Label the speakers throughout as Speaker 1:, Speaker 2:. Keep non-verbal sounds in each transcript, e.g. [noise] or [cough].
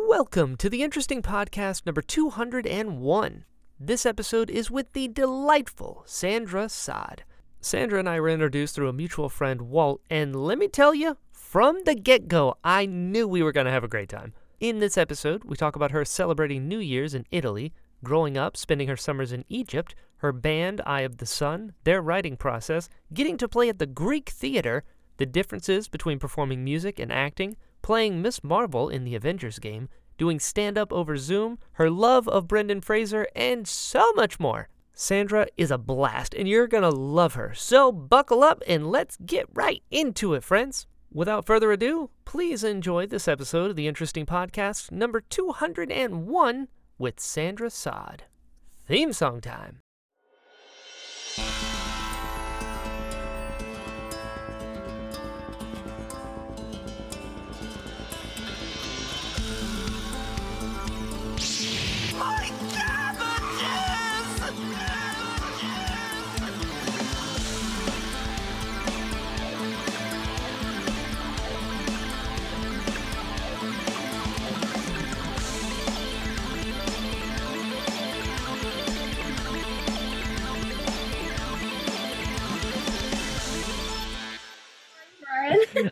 Speaker 1: Welcome to the interesting podcast number 201. This episode is with the delightful Sandra Sod. Sandra and I were introduced through a mutual friend, Walt, and let me tell you, from the get go, I knew we were going to have a great time. In this episode, we talk about her celebrating New Year's in Italy, growing up, spending her summers in Egypt, her band, Eye of the Sun, their writing process, getting to play at the Greek Theater, the differences between performing music and acting, playing Miss Marvel in the Avengers game, doing stand up over Zoom, her love of Brendan Fraser, and so much more. Sandra is a blast, and you're gonna love her. So buckle up and let's get right into it, friends. Without further ado, please enjoy this episode of the Interesting Podcast number 201 with Sandra Sod. Theme song time.
Speaker 2: My cabbages!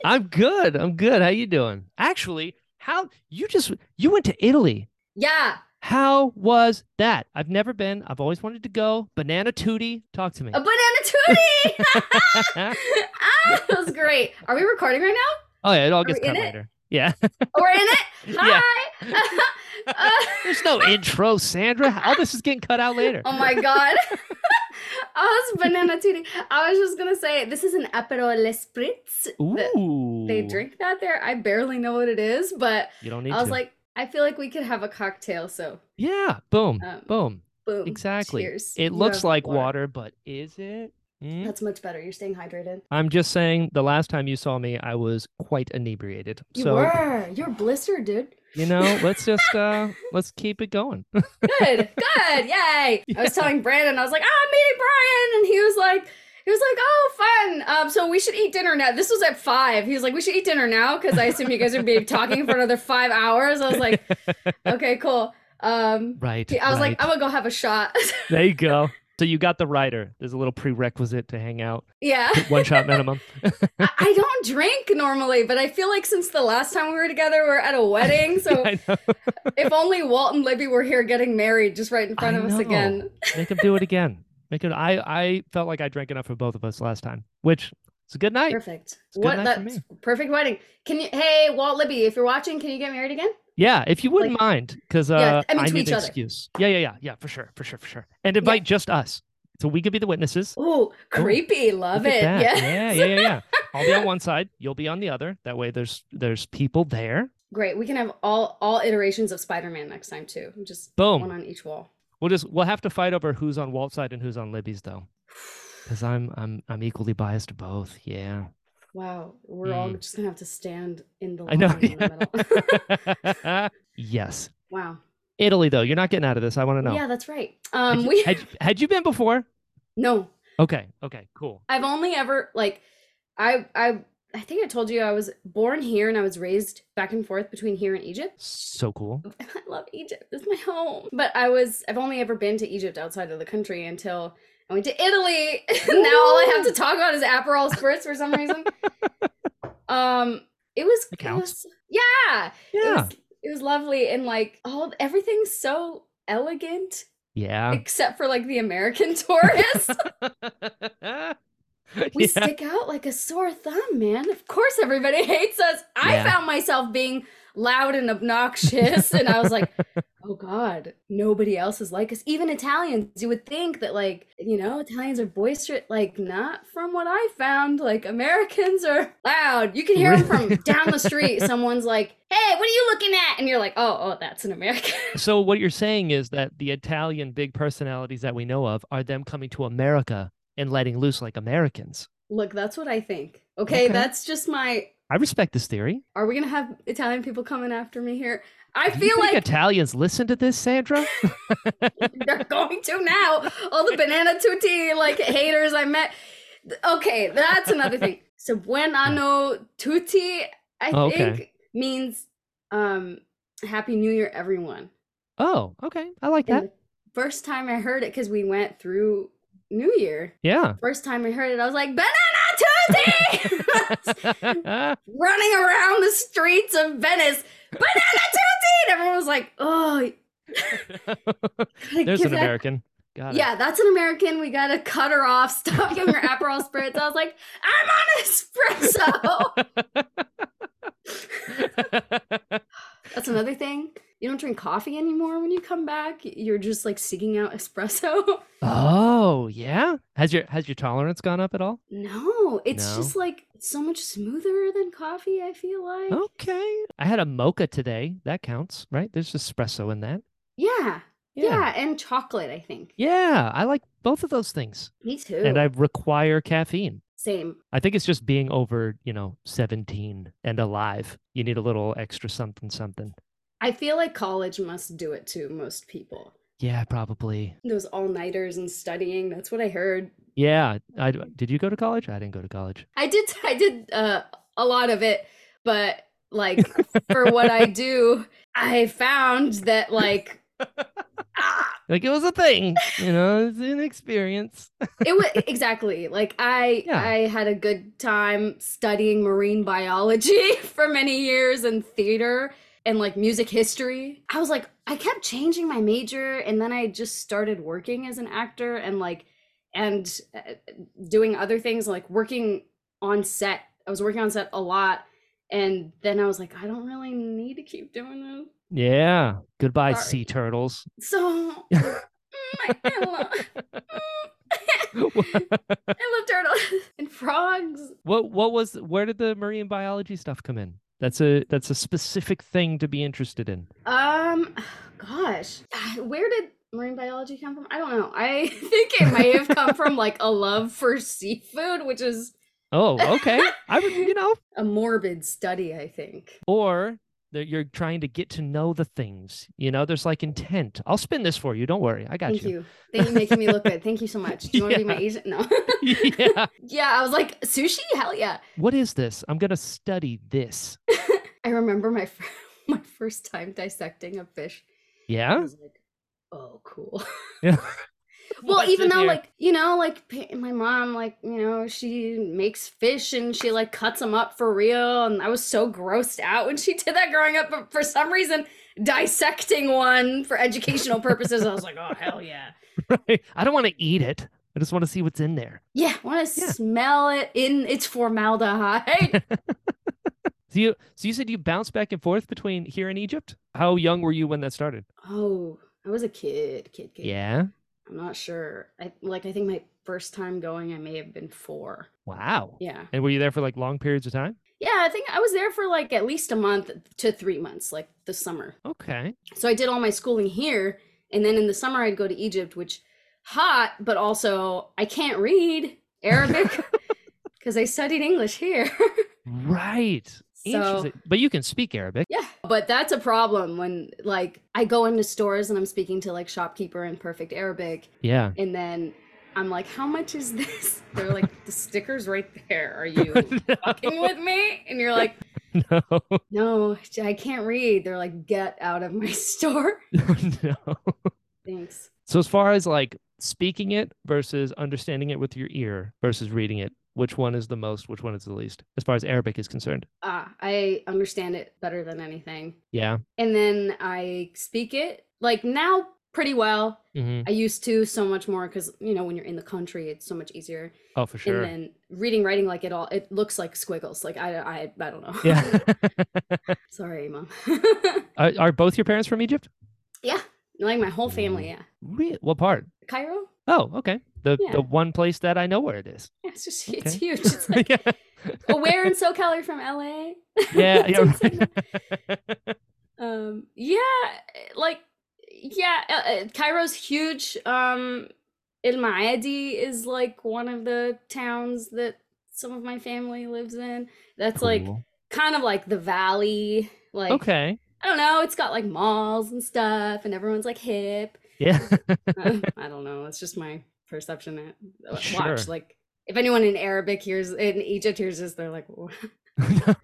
Speaker 1: I'm good. I'm good. How you doing? Actually, how you just you went to Italy.
Speaker 3: Yeah.
Speaker 1: How was that? I've never been. I've always wanted to go. Banana Tootie, talk to me.
Speaker 3: [laughs] A banana tootie. ah, that was great. Are we recording right now?
Speaker 1: [laughs] oh yeah, it all gets
Speaker 3: we
Speaker 1: cut
Speaker 3: in it?
Speaker 1: later. Yeah. [laughs]
Speaker 3: We're in it.
Speaker 1: Yeah.
Speaker 3: Hi. [laughs] Uh,
Speaker 1: There's no intro,
Speaker 3: [laughs]
Speaker 1: Sandra. All this is getting cut out later.
Speaker 3: oh my god. [laughs] I was banana tootie. I was just gonna say this is an aperol spritz. that
Speaker 1: Ooh.
Speaker 3: They drink that there. I barely know what it is, but
Speaker 1: You don't need
Speaker 3: I was
Speaker 1: to.
Speaker 3: like, I feel like we could have a cocktail. So
Speaker 1: yeah. Boom.
Speaker 3: um,
Speaker 1: Boom.
Speaker 3: boom.
Speaker 1: Exactly.
Speaker 3: Cheers.
Speaker 1: It
Speaker 3: You
Speaker 1: looks
Speaker 3: have
Speaker 1: like water, but is it? Mm.
Speaker 3: That's much better. You're staying hydrated.
Speaker 1: I'm just saying. The last time you saw me, I was quite inebriated.
Speaker 3: You
Speaker 1: so
Speaker 3: were. You're blistered, dude.
Speaker 1: you know,
Speaker 3: [laughs]
Speaker 1: let's just uh let's keep it going. [laughs]
Speaker 3: good, good, yay! I was telling Brandon, I was like, "Ah, meeting Brian," and he was like, "He was like, oh, fun. Um, so we should eat dinner now." This was at five. He was like, "We should eat dinner now," because I assume you guys would
Speaker 1: [laughs]
Speaker 3: be talking for another five hours. I was like, "Okay, cool." Um,
Speaker 1: right.
Speaker 3: he- I was
Speaker 1: right.
Speaker 3: like, "I'm gonna go have a shot." [laughs]
Speaker 1: there you go. So you got the writer. There's a little prerequisite to hang out.
Speaker 3: yeah,
Speaker 1: One shot minimum.
Speaker 3: I, I don't drink normally, but I feel like since the last time we were together, we are at a wedding.
Speaker 1: [laughs]
Speaker 3: So
Speaker 1: I know.
Speaker 3: if only Walt and Libby were here getting married, just right in front
Speaker 1: I
Speaker 3: of us again.
Speaker 1: know. Make him do it again. Make it. I I felt like I drank enough for both of us last time, which it's a good night.
Speaker 3: Perfect.
Speaker 1: good
Speaker 3: What
Speaker 1: night for
Speaker 3: that's perfect wedding. Can you hey Walt Libby, if you're watching, can you get married again?
Speaker 1: Yeah, if you wouldn't
Speaker 3: Like-
Speaker 1: mind, because uh,
Speaker 3: Yeah, I
Speaker 1: I,
Speaker 3: mean, to
Speaker 1: need
Speaker 3: each
Speaker 1: an
Speaker 3: other.
Speaker 1: excuse. Yeah, yeah, yeah, yeah, for sure, for sure, for sure. And invite just us, so we could be the witnesses.
Speaker 3: Ooh, creepy. Love
Speaker 1: Look
Speaker 3: it.
Speaker 1: at that.
Speaker 3: Yeah.
Speaker 1: yeah, yeah, yeah, yeah. I'll be on one side, you'll be on the other. That way, there's there's people there.
Speaker 3: Great. We can have all all iterations of Spider-Man next time too. Just one
Speaker 1: Boom.
Speaker 3: on each wall. [sighs]
Speaker 1: We'll just we'll have to fight over who's on Walt's side and who's on Libby's though, because I'm I'm I'm equally biased to both. Yeah.
Speaker 3: Wow. We're all
Speaker 1: Mm.
Speaker 3: just gonna have to stand in the line
Speaker 1: I know.
Speaker 3: Oh, in the middle.
Speaker 1: [laughs]
Speaker 3: [laughs]
Speaker 1: yes.
Speaker 3: wow.
Speaker 1: Italy though, you're not getting out of this. I want to know.
Speaker 3: Yeah, that's right.
Speaker 1: Had
Speaker 3: Um
Speaker 1: you-
Speaker 3: we
Speaker 1: had, you- had you been before?
Speaker 3: no.
Speaker 1: Okay. Okay. Cool.
Speaker 3: I've only ever like I I I think I told you I was born here and I was raised back and forth between here and Egypt.
Speaker 1: So cool.
Speaker 3: I love Egypt. It's my home. But I was I've only ever been to Egypt outside of the country until I went to Italy. [laughs] now all I have to talk about is Aperol spritz for
Speaker 1: [laughs]
Speaker 3: some reason. um it was,
Speaker 1: That
Speaker 3: it
Speaker 1: counts.
Speaker 3: was yeah, It
Speaker 1: Yeah.
Speaker 3: was it was lovely and like all everything's so elegant
Speaker 1: Yeah.
Speaker 3: except for like the American [laughs] tourists.
Speaker 1: [laughs]
Speaker 3: We
Speaker 1: Yeah.
Speaker 3: stick out like a sore thumb, man. Of course, everybody [laughs] hates us. I
Speaker 1: Yeah.
Speaker 3: found myself being loud and obnoxious, and I was like, [laughs] oh God, nobody else is like us. Even Italians, you would think that, like, you know, Italians are boisterous. Like, not from what I found. Like, Americans are loud. You can hear them from down
Speaker 1: [laughs]
Speaker 3: the street. Someone's like, hey, what are you looking at? And you're like, oh, oh, that's an American. [laughs]
Speaker 1: So what you're saying is that the Italian big personalities that we know of are them coming to America and letting loose like Americans.
Speaker 3: Look, that's what I think. Okay,
Speaker 1: Okay.
Speaker 3: that's just my.
Speaker 1: I respect this theory.
Speaker 3: Are we gonna have Italian people coming after me here? I
Speaker 1: Do you
Speaker 3: feel
Speaker 1: think
Speaker 3: like
Speaker 1: Italians listen to this, Sandra.
Speaker 3: they're going to now. All the banana tutti like haters I met. Okay, that's another thing. So buon anno tutti, I
Speaker 1: Oh, okay.
Speaker 3: think means um Happy New Year, everyone.
Speaker 1: Oh, okay. I like
Speaker 3: And
Speaker 1: that.
Speaker 3: the first time I heard it, because we went through New Year,
Speaker 1: Yeah.
Speaker 3: first time I heard it, I was like, Banana [laughs] Tuesday! Running around the streets of Venice, Banana Tuesday! And everyone was like,
Speaker 1: [laughs]
Speaker 3: oh,
Speaker 1: [laughs]
Speaker 3: gotta
Speaker 1: There's
Speaker 3: give
Speaker 1: an
Speaker 3: that-
Speaker 1: American. Got it.
Speaker 3: Yeah, that's an American. We gotta cut her off. Stop giving her Aperol spritz. I was like, I'm on
Speaker 1: [laughs]
Speaker 3: espresso. That's another thing. You don't drink coffee anymore when you come back. You're just like seeking out espresso. [laughs]
Speaker 1: oh, yeah. Has your has your tolerance gone up at all?
Speaker 3: No, it's
Speaker 1: No.
Speaker 3: just like so much smoother than coffee, I feel like.
Speaker 1: Oh. Okay. I had a mocha today. That counts, right? There's espresso in that.
Speaker 3: Yeah, yeah.
Speaker 1: Yeah.
Speaker 3: And chocolate, I think.
Speaker 1: Yeah, I like both of those things.
Speaker 3: Me too.
Speaker 1: And I require caffeine.
Speaker 3: Same.
Speaker 1: I think it's just being over, you know, 17 and alive. You need a little extra something something.
Speaker 3: I feel like college must do it to most people.
Speaker 1: Yeah, probably.
Speaker 3: Those all nighters and studying. That's what I heard.
Speaker 1: Yeah, I d- did you go to college? I didn't go to college.
Speaker 3: I did [laughs] I did uh, a lot of it, but like for what I do, I found that like ah,
Speaker 1: Like it was a thing, you know, it's an
Speaker 3: [laughs]
Speaker 1: experience.
Speaker 3: it was exactly like I
Speaker 1: Yeah.
Speaker 3: I had a good time studying marine biology [laughs] for many years and theater and like music history. I was like I kept changing my major and then I just started working as an actor and like and uh, doing other things like working on set. I was working on set a lot and then I was like, I don't really need to keep doing
Speaker 1: Yeah. Goodbye, sea
Speaker 3: Sorry. [laughs]
Speaker 1: turtles. [laughs]
Speaker 3: this. So, mm, I, I lo- [laughs] mm. I love turtles [laughs] and frogs.
Speaker 1: What what was where did the marine biology stuff come in? That's a that's a specific thing to be interested in.
Speaker 3: Um, gosh, [sighs] where did marine biology come from? I don't know. I [laughs] think it may
Speaker 1: [laughs]
Speaker 3: have come from like a love for seafood, which is
Speaker 1: Oh,
Speaker 3: [laughs]
Speaker 1: okay. I would, you know,
Speaker 3: a morbid study, I think.
Speaker 1: or that you're trying to get to know the things. You know, there's like intent. I'll spin this for you. Don't worry. I got
Speaker 3: Thank you. Thank you for making me look good. Thank you so much. Do you want to be
Speaker 1: [laughs]
Speaker 3: my
Speaker 1: Yeah.
Speaker 3: agent? No. [laughs]
Speaker 1: [laughs] yeah.
Speaker 3: yeah, I was like, sushi? Hell yeah.
Speaker 1: What is this? I'm gonna study this.
Speaker 3: I remember my [laughs] fir- my first time dissecting a fish. I
Speaker 1: Yeah.
Speaker 3: was like, oh, cool.
Speaker 1: Yeah.
Speaker 3: well,
Speaker 1: What's
Speaker 3: even
Speaker 1: in
Speaker 3: though,
Speaker 1: here? [laughs]
Speaker 3: like, you know, like pa- my mom, like, you know, she makes fish and she like cuts them up for real. And I was so grossed out when she [laughs] did that growing up. But for some reason, dissecting one for educational purposes, I was like, oh, hell yeah.
Speaker 1: I don't want to eat it. I just want to see what's in there.
Speaker 3: Yeah, I want to
Speaker 1: Yeah.
Speaker 3: smell it in its formaldehyde. [laughs]
Speaker 1: So you so you said you bounced back and forth between here and Egypt? How young were you when that started?
Speaker 3: oh, I was a kid, kid, kid.
Speaker 1: Yeah.
Speaker 3: I'm not sure. I like I think my first time going I may have been 4.
Speaker 1: Wow.
Speaker 3: Yeah.
Speaker 1: And were you there for like long periods of time?
Speaker 3: Yeah, I think I was there for like at least a month to 3 months, like the summer.
Speaker 1: Okay.
Speaker 3: So I did all my schooling here and then in the summer I'd go to Egypt, which hot, but also I can't read Arabic cuz I studied English here. [laughs]
Speaker 1: Right.
Speaker 3: so
Speaker 1: Interesting. But you can speak Arabic.
Speaker 3: yeah, but that's a problem when like I go into stores and I'm speaking to like shopkeeper in perfect Arabic
Speaker 1: Yeah. [laughs]
Speaker 3: and then I'm like, "How much is this?" [laughs] They're like, "The sticker's right there.
Speaker 1: [laughs]
Speaker 3: Are you fucking with me?" And you're like,
Speaker 1: no. [laughs]
Speaker 3: no, I can't read. They're like, get out of my [laughs] store.
Speaker 1: no.
Speaker 3: Thanks.
Speaker 1: So as far as like speaking it versus understanding it with your ear versus reading it, which one is the most, which one is the least, as far as Arabic is concerned?
Speaker 3: Ah, I understand it better than anything.
Speaker 1: Yeah.
Speaker 3: And then I speak it like now pretty well.
Speaker 1: hmm
Speaker 3: I used to so much more because, you know, when you're in the country, it's so much easier.
Speaker 1: Oh, for sure.
Speaker 3: And then reading, writing, like it all, it looks like squiggles. Like I, I, I don't know.
Speaker 1: [laughs] yeah.
Speaker 3: [laughs] Sorry, mom. [laughs]
Speaker 1: are, are both your parents from Egypt?
Speaker 3: yeah. Like my whole family.
Speaker 1: Mm.
Speaker 3: Yeah.
Speaker 1: Re- what part?
Speaker 3: Cairo?
Speaker 1: Oh, okay. The
Speaker 3: Yeah.
Speaker 1: the one place that I know where it is.
Speaker 3: Yeah, it's just, it's
Speaker 1: Okay.
Speaker 3: huge.
Speaker 1: [laughs]
Speaker 3: It's like,
Speaker 1: yeah.
Speaker 3: oh, where in SoCal are you from? LA? [laughs]
Speaker 1: Yeah.
Speaker 3: It's
Speaker 1: yeah,
Speaker 3: insane.
Speaker 1: right.
Speaker 3: um yeah like yeah uh, uh, cairo's huge um el maadi is like one of the towns that some of my family lives in that's like
Speaker 1: Cool.
Speaker 3: kind of like the valley like
Speaker 1: okay.
Speaker 3: i don't know it's got like malls and stuff and everyone's like hip
Speaker 1: Yeah. [laughs]
Speaker 3: Uh, i don't know it's just my perception at, uh,
Speaker 1: Sure.
Speaker 3: watch like if anyone in arabic hears in egypt hears this they're like [laughs] I,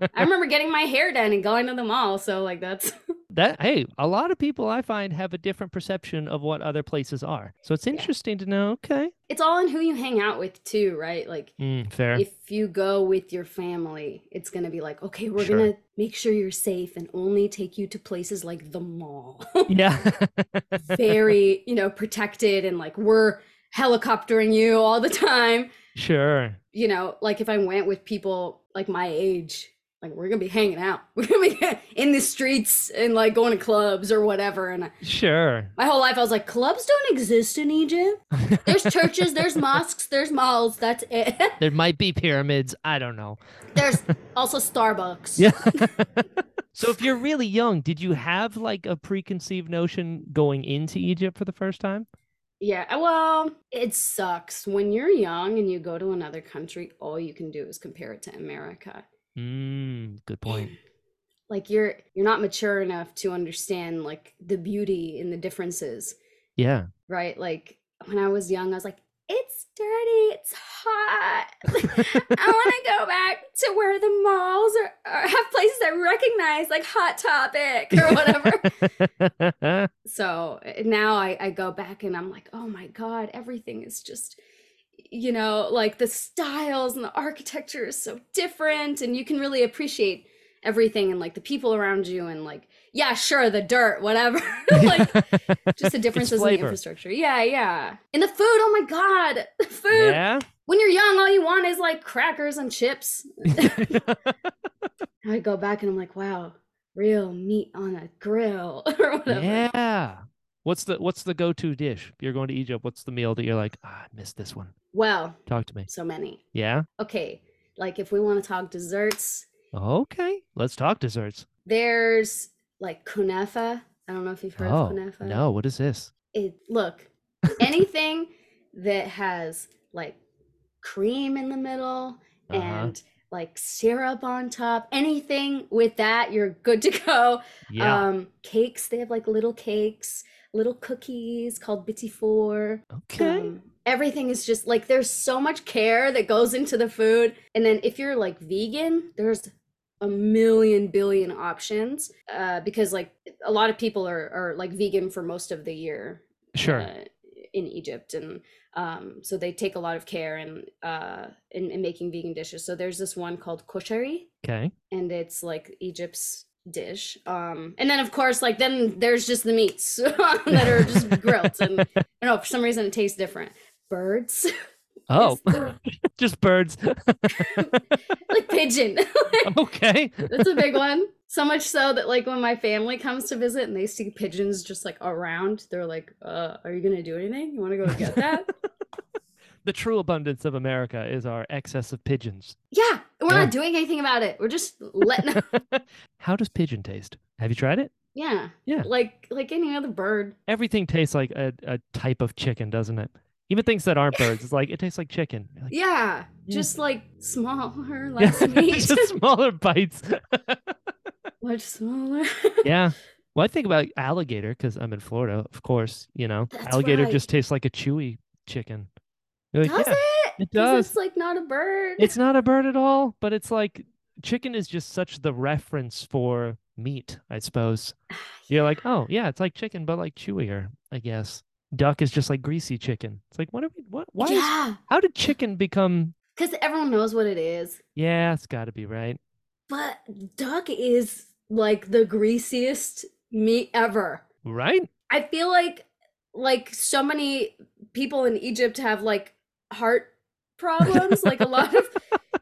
Speaker 1: [laughs]
Speaker 3: know. I remember getting my hair done and going to the mall. So like that's
Speaker 1: that hey, a lot of people I find have a different perception of what other places are. So it's interesting to know. Okay,
Speaker 3: it's all in who you hang out with too, right? Like
Speaker 1: Mm, fair.
Speaker 3: if you go with your family, it's gonna be like, okay, we're
Speaker 1: Sure.
Speaker 3: gonna make sure you're safe and only take you to places like the mall.
Speaker 1: [laughs]
Speaker 3: [laughs]
Speaker 1: yeah.
Speaker 3: Very, you know, protected and like we're helicoptering you all the time.
Speaker 1: sure.
Speaker 3: You know, like if I went with people like my age, like we're gonna be hanging out. [laughs] We're gonna be in the streets and like going to clubs or whatever. And I-
Speaker 1: Sure.
Speaker 3: my whole life I was like, clubs don't exist in Egypt. There's churches, there's mosques, there's malls, that's it.
Speaker 1: There might be pyramids. I don't know.
Speaker 3: there's also Starbucks.
Speaker 1: Yeah. so if you're really young, did you have like a preconceived notion going into Egypt for the first time?
Speaker 3: Yeah, uh, well, it sucks when you're young and you go to another country, all you can do is compare it to America.
Speaker 1: Mm, good point.
Speaker 3: [laughs] Like you're you're not mature enough to understand like the beauty and the differences,
Speaker 1: Yeah.
Speaker 3: right? Like when I was young, I was like, it's dirty, it's hot. [laughs] I want to go back to where the malls are, are have places I recognize, like Hot Topic
Speaker 1: [laughs]
Speaker 3: or whatever. [laughs]
Speaker 1: whatever.
Speaker 3: so uh, now I, I go back and I'm like, oh my God, everything is just, you know, like the styles and the architecture is so different. And you can really appreciate everything and like the people around you and like, yeah, sure, the
Speaker 1: [laughs]
Speaker 3: dirt, whatever. [laughs] like just the differences in the
Speaker 1: flavor.
Speaker 3: infrastructure. Yeah, yeah. And the food, oh my God, [laughs] the food.
Speaker 1: yeah.
Speaker 3: When you're young, all you want is like crackers and chips. [laughs] I go back and I'm like, wow, real meat on a grill [laughs] or whatever.
Speaker 1: yeah. What's the what's the go-to dish? If you're going to Egypt, what's the meal that you're like, ah, I missed this one.
Speaker 3: Well,
Speaker 1: Talk to me.
Speaker 3: so many.
Speaker 1: Yeah.
Speaker 3: okay, like if we want to talk desserts,
Speaker 1: Okay. Let's talk desserts.
Speaker 3: there's like kunafa. I don't know if you've heard
Speaker 1: oh
Speaker 3: of kunafa.
Speaker 1: no, what is this?
Speaker 3: It
Speaker 1: [laughs]
Speaker 3: look, anything that has like cream in the middle
Speaker 1: Uh-huh.
Speaker 3: and like syrup on top, anything with that, you're good to go.
Speaker 1: Yeah.
Speaker 3: Um cakes, they have like little cakes, little cookies called bitty four.
Speaker 1: okay.
Speaker 3: Um, everything is just like there's so much care that goes into the food. And then if you're like vegan, there's a million billion options uh, because like a lot of people are, are like vegan for most of the year
Speaker 1: sure.
Speaker 3: uh, in Egypt, and um, so they take a lot of care in, uh, in in making vegan dishes. So there's this one called koshari,
Speaker 1: okay.
Speaker 3: and it's like Egypt's dish. Um, and then of course, like then there's just the meats [laughs] that are just grilled,
Speaker 1: [laughs]
Speaker 3: and I don't know for some reason it tastes different. Birds, [laughs]
Speaker 1: Oh, [laughs]
Speaker 3: the-
Speaker 1: just
Speaker 3: [laughs]
Speaker 1: birds.
Speaker 3: like pigeon, [laughs]
Speaker 1: okay.
Speaker 3: that's a big one. So much so that like when my family comes to visit and they see pigeons just like around, they're like, uh, "Are you gonna do anything? You want to go
Speaker 1: [laughs]
Speaker 3: get that?"
Speaker 1: The true abundance of America is our excess of pigeons. [laughs]
Speaker 3: yeah, we're
Speaker 1: Yeah.
Speaker 3: not doing anything about it. We're just letting.
Speaker 1: How does pigeon taste? Have you tried it?
Speaker 3: [laughs] yeah,
Speaker 1: Yeah.
Speaker 3: like like any other bird.
Speaker 1: Everything tastes like a, a type of chicken, doesn't it? Even things that aren't birds, it's like it tastes like chicken. You're like,
Speaker 3: [laughs] Yeah,
Speaker 1: Mm.
Speaker 3: just like smaller,
Speaker 1: Yeah,
Speaker 3: less meat,
Speaker 1: [laughs] just smaller bites.
Speaker 3: much smaller. [laughs]
Speaker 1: yeah. Well, I think about alligator because I'm in Florida, of course. You know,
Speaker 3: That's
Speaker 1: alligator
Speaker 3: right.
Speaker 1: just tastes like a chewy chicken. You're like,
Speaker 3: Does
Speaker 1: "Yeah,
Speaker 3: it?
Speaker 1: it
Speaker 3: 'Cause
Speaker 1: does.
Speaker 3: It's like not a bird.
Speaker 1: It's not a bird at all, but it's like chicken is just such the reference for meat, I suppose.
Speaker 3: Ah,
Speaker 1: You're like, oh yeah, it's like chicken, but like chewier, I guess. Duck is just like greasy chicken. It's like, what are we? What? Why? Is,
Speaker 3: yeah,
Speaker 1: how did chicken become?
Speaker 3: because everyone knows what it is.
Speaker 1: Yeah, it's got to be right.
Speaker 3: But duck is like the greasiest meat ever.
Speaker 1: Right?
Speaker 3: I feel like like so many people in Egypt have like heart problems. like a lot
Speaker 1: [laughs]
Speaker 3: of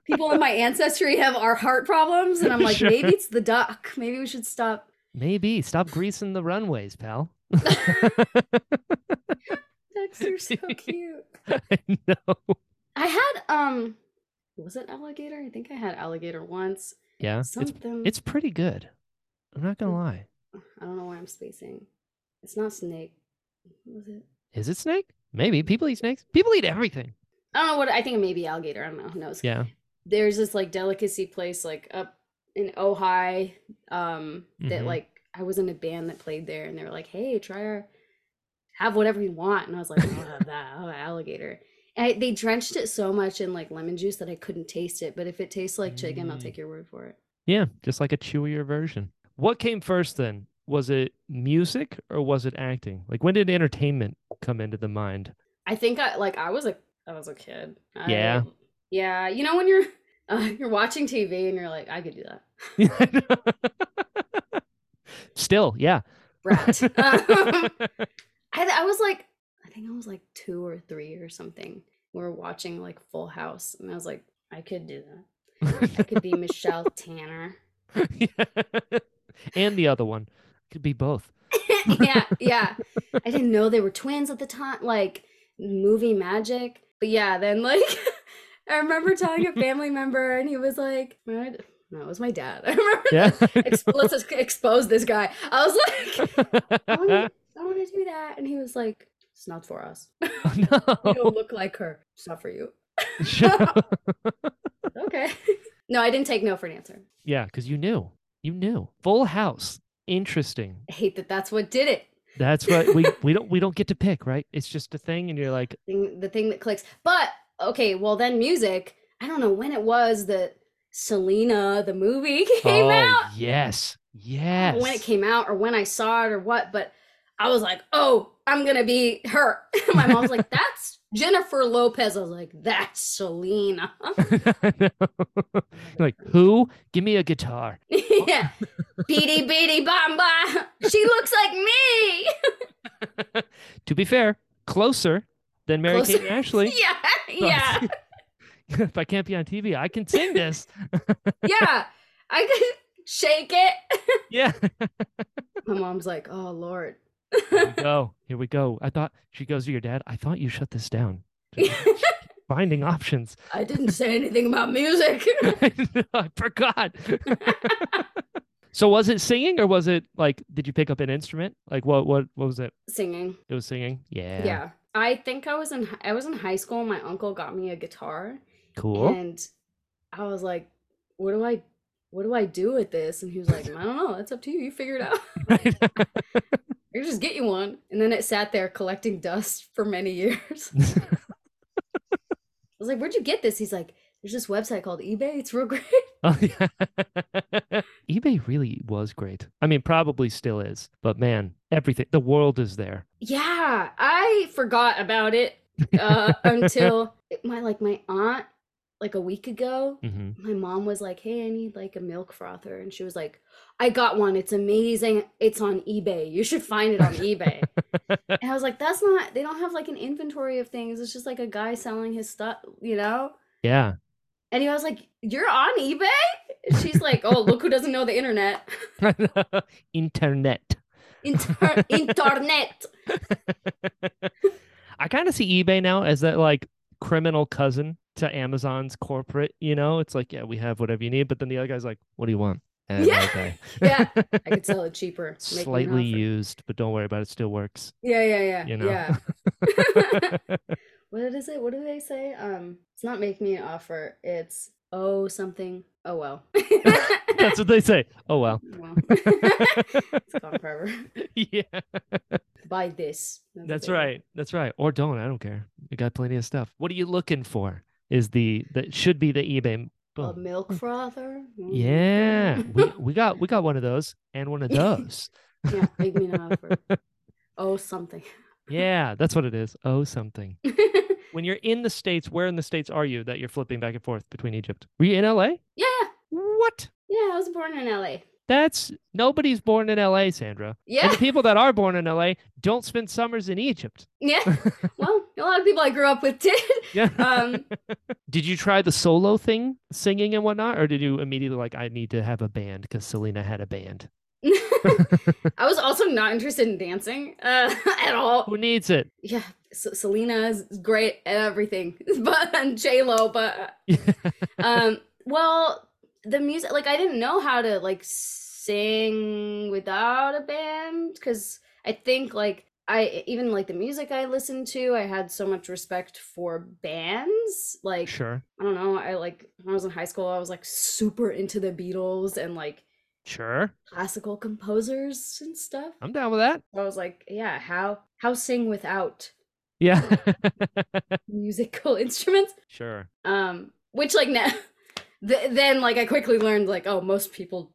Speaker 3: people in my ancestry have our heart problems, and I'm like,
Speaker 1: Sure.
Speaker 3: maybe it's the duck. Maybe we
Speaker 1: [laughs]
Speaker 3: should stop. [laughs]
Speaker 1: Maybe. Stop greasing the runways, pal. [laughs]
Speaker 3: Ducks
Speaker 1: [laughs]
Speaker 3: are so cute.
Speaker 1: no.
Speaker 3: I had um, was it alligator? I think I had alligator once.
Speaker 1: Yeah, it's
Speaker 3: Something.
Speaker 1: it's pretty good. I'm not gonna lie.
Speaker 3: I don't know why I'm spacing. It's not snake. Was it?
Speaker 1: Is it snake? Maybe people eat snakes. People eat everything.
Speaker 3: I don't know what. I think it may be alligator. I don't know. Who knows?
Speaker 1: Yeah.
Speaker 3: There's this like delicacy place like up in Ojai um, that
Speaker 1: Mhm.
Speaker 3: like I was in a band that played there, and they were like, "Hey, try our have whatever you want," and I was like, "I'll have that. I'll have alligator." I, they drenched it so much in like lemon juice that I couldn't taste it. But if it tastes like chicken, I'll
Speaker 1: Mm.
Speaker 3: take your word for it.
Speaker 1: Yeah, just like a chewier version. What came first then? Was it music or was it acting? Like when did entertainment come into the mind? [laughs]
Speaker 3: I think I like I was a I was a kid. I-
Speaker 1: Yeah.
Speaker 3: yeah. You know when you're [laughs] uh, you're watching TV and you're like, I could do that.
Speaker 1: Still, yeah.
Speaker 3: Brat. Um, I, I was like, I think I was like two or three or something. We were watching like Full House, and I was like, I could do that. I could
Speaker 1: [laughs]
Speaker 3: be Michelle Tanner.
Speaker 1: [laughs]
Speaker 3: [laughs]
Speaker 1: Yeah. And the other one. Could be both.
Speaker 3: yeah, yeah. I didn't know they were twins at the time, like movie magic. But yeah, then like [laughs] I remember telling a family member, and he was like, "My d- "No, it was my dad." [laughs] I remember.
Speaker 1: Yeah. [laughs]
Speaker 3: Ex- let's ex- expose this guy. I was like, "I want to do that," and he was like, "It's not for us. You
Speaker 1: [laughs] no. [laughs]
Speaker 3: don't look like her. It's not for you."
Speaker 1: Sure.
Speaker 3: okay. [laughs] No, I didn't take no for an answer.
Speaker 1: Yeah, because you knew. You knew. Full house. Interesting.
Speaker 3: I hate that that's what did it.
Speaker 1: That's what we we don't we don't get to pick, right? It's just a thing and you're like,
Speaker 3: Thing, the thing that clicks. But okay, well then music. I don't know when it was that Selena the movie [laughs] came
Speaker 1: oh,
Speaker 3: out.
Speaker 1: yes.
Speaker 3: I don't
Speaker 1: Yes.
Speaker 3: know When it came out or when I saw it or what, but I was like, "Oh, I'm going to be her." [laughs] My mom's like, "That's Jennifer Lopez." I was like, "That's Selena."
Speaker 1: [laughs]
Speaker 3: [laughs]
Speaker 1: I know. like who? Give me a guitar.
Speaker 3: [laughs] yeah. Beady beady bamba. She looks like me.
Speaker 1: to be fair, closer than Mary Kate
Speaker 3: Closer.
Speaker 1: and
Speaker 3: [laughs]
Speaker 1: Ashley.
Speaker 3: yeah. Yeah.
Speaker 1: [laughs] if I can't be on TV, I can sing this.
Speaker 3: yeah, I could shake it.
Speaker 1: yeah.
Speaker 3: My mom's like, oh Lord. [laughs]
Speaker 1: Go. Here we go. I thought she goes to your dad. I thought you shut this down.
Speaker 3: [laughs]
Speaker 1: Finding options.
Speaker 3: I didn't say anything about music.
Speaker 1: [laughs]
Speaker 3: [laughs]
Speaker 1: I forgot. [laughs] so was it singing or was it like did you pick up an instrument? Like what what what was it?
Speaker 3: Singing.
Speaker 1: It was singing. Yeah.
Speaker 3: Yeah. I think I was in hi- I was in high school. My uncle got me a guitar
Speaker 1: Cool.
Speaker 3: and I was like, what do I what do I do with this? And he was like, I don't know, that's up to you. You figure it out. [laughs]
Speaker 1: Right.
Speaker 3: I could just get you one. And then it sat there collecting dust for many [laughs] years. I was like, where'd you get this? He's like, there's this website called eBay. It's real great.
Speaker 1: [laughs]
Speaker 3: [laughs]
Speaker 1: Oh, yeah. [laughs] eBay really was great. I mean, probably still is, but man, everything, the world is there.
Speaker 3: Yeah, I forgot about it [laughs] uh, until my like my aunt like a week ago.
Speaker 1: hmm
Speaker 3: My mom was like, "Hey, I need like a milk frother," and she was like, "I got one. It's amazing. It's on eBay. You should find it on [laughs] eBay." and I was like, "That's not. They don't have like an inventory of things. It's just like a guy selling his stuff, you know."
Speaker 1: Yeah. [laughs]
Speaker 3: And I was like, "You're on eBay?" And she's like, "Oh, look who doesn't know the internet, [laughs]
Speaker 1: Internet.
Speaker 3: [laughs] Inter- internet."
Speaker 1: I kind of see eBay now as that like criminal cousin to Amazon's corporate. You know, it's like, yeah, we have whatever you need. But then the other guy's like, what do you want? And
Speaker 3: Yeah.
Speaker 1: okay.
Speaker 3: [laughs] Yeah,
Speaker 1: [laughs]
Speaker 3: I could sell it cheaper. make them an
Speaker 1: Slightly
Speaker 3: offer.
Speaker 1: used, but don't worry about it. Still works. [laughs]
Speaker 3: Yeah, yeah, yeah.
Speaker 1: you know? [laughs]
Speaker 3: Yeah. what is it? What do they say? Um, it's not make me an offer. It's oh something. Oh well. [laughs]
Speaker 1: That's what they say. Oh, well.
Speaker 3: well. [laughs] it's gone
Speaker 1: [laughs]
Speaker 3: forever.
Speaker 1: yeah.
Speaker 3: Buy this. what
Speaker 1: That's
Speaker 3: they say.
Speaker 1: right. That's right. Or don't. I don't care. You got plenty of stuff. What are you looking for? Is the that should be the eBay.
Speaker 3: A
Speaker 1: Boom.
Speaker 3: milk frother. Mm,
Speaker 1: Yeah, we,
Speaker 3: [laughs] mm.
Speaker 1: we got we got one of those and one of those.
Speaker 3: yeah. Make me
Speaker 1: [laughs]
Speaker 3: an offer. Oh something. [laughs]
Speaker 1: yeah, that's what it is. Oh, something.
Speaker 3: yeah.
Speaker 1: When you're in the states, where in the states are you that you're flipping back and forth between Egypt? Were you in LA? What?
Speaker 3: Yeah. I was born in L.A.
Speaker 1: That's nobody's born in LA, Sandra. And
Speaker 3: Yeah.
Speaker 1: the people that are born in LA don't spend summers in Egypt. [laughs]
Speaker 3: Yeah. Well, a lot of people I grew up with did.
Speaker 1: Yeah.
Speaker 3: Um.
Speaker 1: Did you try the solo thing, singing and whatnot, or did you immediately like I need to have a band because Selena had a band?
Speaker 3: [laughs] I was also not interested in dancing uh, [laughs] at all.
Speaker 1: Who needs it? [laughs]
Speaker 3: yeah, S- Selena is great at everything, [laughs] but and J Lo. But um, well, the music, like I didn't know how to like sing without a band because I think like I even like the music I listened to, I had so much respect for bands. Like
Speaker 1: sure,
Speaker 3: I don't know, I like when I was in high school, I was like super into the Beatles and like
Speaker 1: sure,
Speaker 3: classical composers and stuff.
Speaker 1: I'm down with that.
Speaker 3: I was like, yeah, how how sing without
Speaker 1: Yeah. [laughs]
Speaker 3: musical [laughs] instruments.
Speaker 1: sure.
Speaker 3: Um, which like now, [laughs] th- then like I quickly learned like oh most people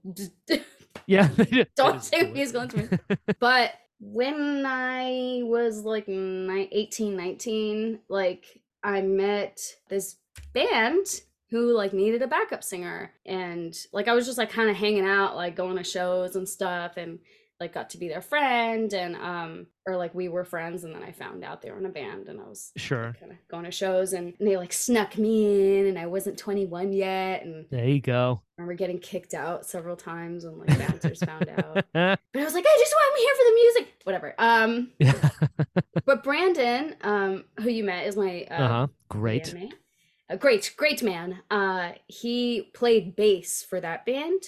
Speaker 1: Yeah. [laughs] they just- they
Speaker 3: Don't
Speaker 1: just
Speaker 3: say
Speaker 1: do it.
Speaker 3: musical instruments. [laughs] but when I was like ni- 18, 19, like I met this band who like needed a backup singer and like I was just like kind of hanging out like going to shows and stuff and like got to be their friend and um or like we were friends and then I found out they were in a band and I was
Speaker 1: [laughs] sure.
Speaker 3: kind of going to shows and, and they like snuck me in and I wasn't 21 yet and I
Speaker 1: There you go.
Speaker 3: remember getting kicked out several times when like
Speaker 1: [laughs]
Speaker 3: bouncers found out but I was like, I just want I'm here for the music, whatever. Um,
Speaker 1: yeah.
Speaker 3: but Brandon, um, who you met, is my uh,
Speaker 1: Uh huh. Great.
Speaker 3: bandmate. A great, great man. Uh, he played bass for that band.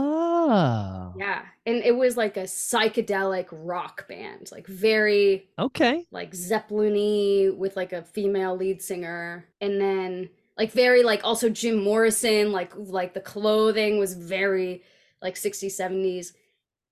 Speaker 1: Oh.
Speaker 3: Yeah, and it was like a psychedelic rock band, like very
Speaker 1: Okay.
Speaker 3: like Zeppelin-y with like a female lead singer, and then like very like also Jim Morrison, like like the clothing was very like 60s, 70s.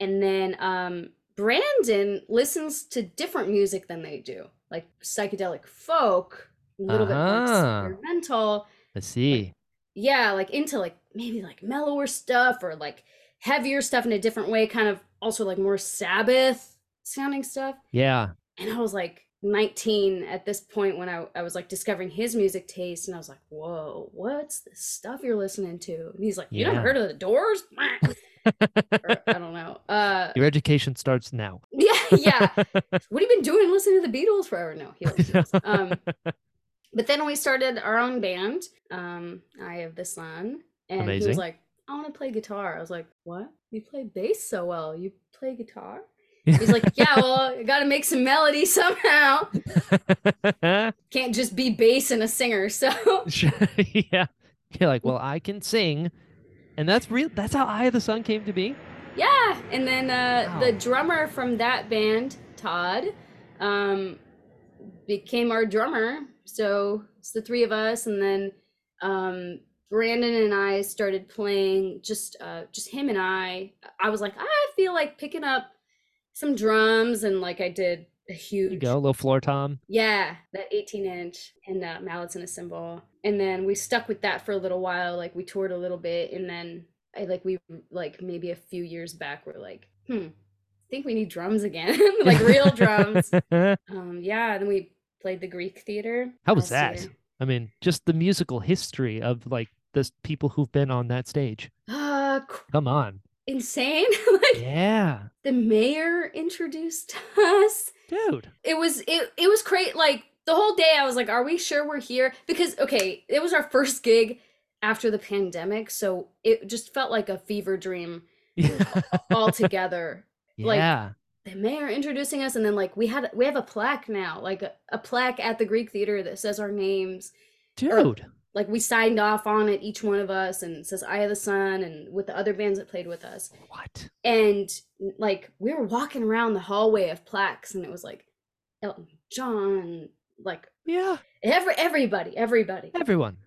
Speaker 3: And then um Brandon listens to different music than they do, like psychedelic folk, a little
Speaker 1: Uh-huh.
Speaker 3: bit more experimental.
Speaker 1: Let's see.
Speaker 3: Yeah, like into like maybe like mellower stuff or like heavier stuff in a different way, kind of also like more Sabbath sounding stuff
Speaker 1: Yeah.
Speaker 3: and I was like 19 at this point when I, I was like discovering his music taste and I was like, whoa, what's this stuff you're listening to? And he's like, You
Speaker 1: Yeah.
Speaker 3: never heard of the doors? Meh.
Speaker 1: [laughs]
Speaker 3: Or, I don't know. Uh [laughs]
Speaker 1: Your education starts now.
Speaker 3: yeah, yeah. What have you been doing listening to the Beatles forever? No, he loves
Speaker 1: [laughs]
Speaker 3: the Beatles. Um but then we started our own band, um, Eye of the Sun, and he
Speaker 1: Amazing.
Speaker 3: was like, I want to play guitar. I was like, What? You play bass so well. You
Speaker 1: [laughs]
Speaker 3: play guitar? He's like, Yeah, well, I gotta make some melody somehow. can't just be bass and a singer. [laughs] So
Speaker 1: Sure, [laughs] yeah. You're like, well, I can sing, and that's real. That's how Eye of the Sun came to be.
Speaker 3: yeah, and then uh, the
Speaker 1: Wow.
Speaker 3: drummer from that band, Todd, um, became our drummer. So it's the three of us, and then um, Brandon and I started playing just uh, just him and I. I was like, I feel like picking up some drums, and like I did a
Speaker 1: There you
Speaker 3: huge
Speaker 1: go, little floor tom.
Speaker 3: Yeah, that 18 inch and uh, mallets and a cymbal. And then we stuck with that for a little while. Like we toured a little bit, and then I like we like maybe a few years back we're like, hmm, I think we need drums again, [laughs] [laughs] like
Speaker 1: [laughs]
Speaker 3: real drums.
Speaker 1: I
Speaker 3: Um, yeah. Then we played the Greek theater.
Speaker 1: How was that?
Speaker 3: last year.
Speaker 1: mean, just the musical history of like the people who've been on that stage.
Speaker 3: Uh, c-
Speaker 1: Come
Speaker 3: [laughs]
Speaker 1: on,
Speaker 3: insane. like
Speaker 1: yeah,
Speaker 3: the mayor introduced us.
Speaker 1: dude. [laughs]
Speaker 3: it was it it was great like the whole day i was like are we sure we're here because okay it was our first gig after the pandemic so it just felt like a fever dream
Speaker 1: yeah,
Speaker 3: altogether the mayor introducing us and then like we had we have a plaque now like a, a plaque at the greek theater that says our names
Speaker 1: dude.
Speaker 3: like we signed off on it each one of us and it says eye of the sun and with the other bands that played with us
Speaker 1: What?
Speaker 3: and like we were walking around the hallway of plaques and it was like elton john like
Speaker 1: Yeah,
Speaker 3: Every everybody, everybody.
Speaker 1: everyone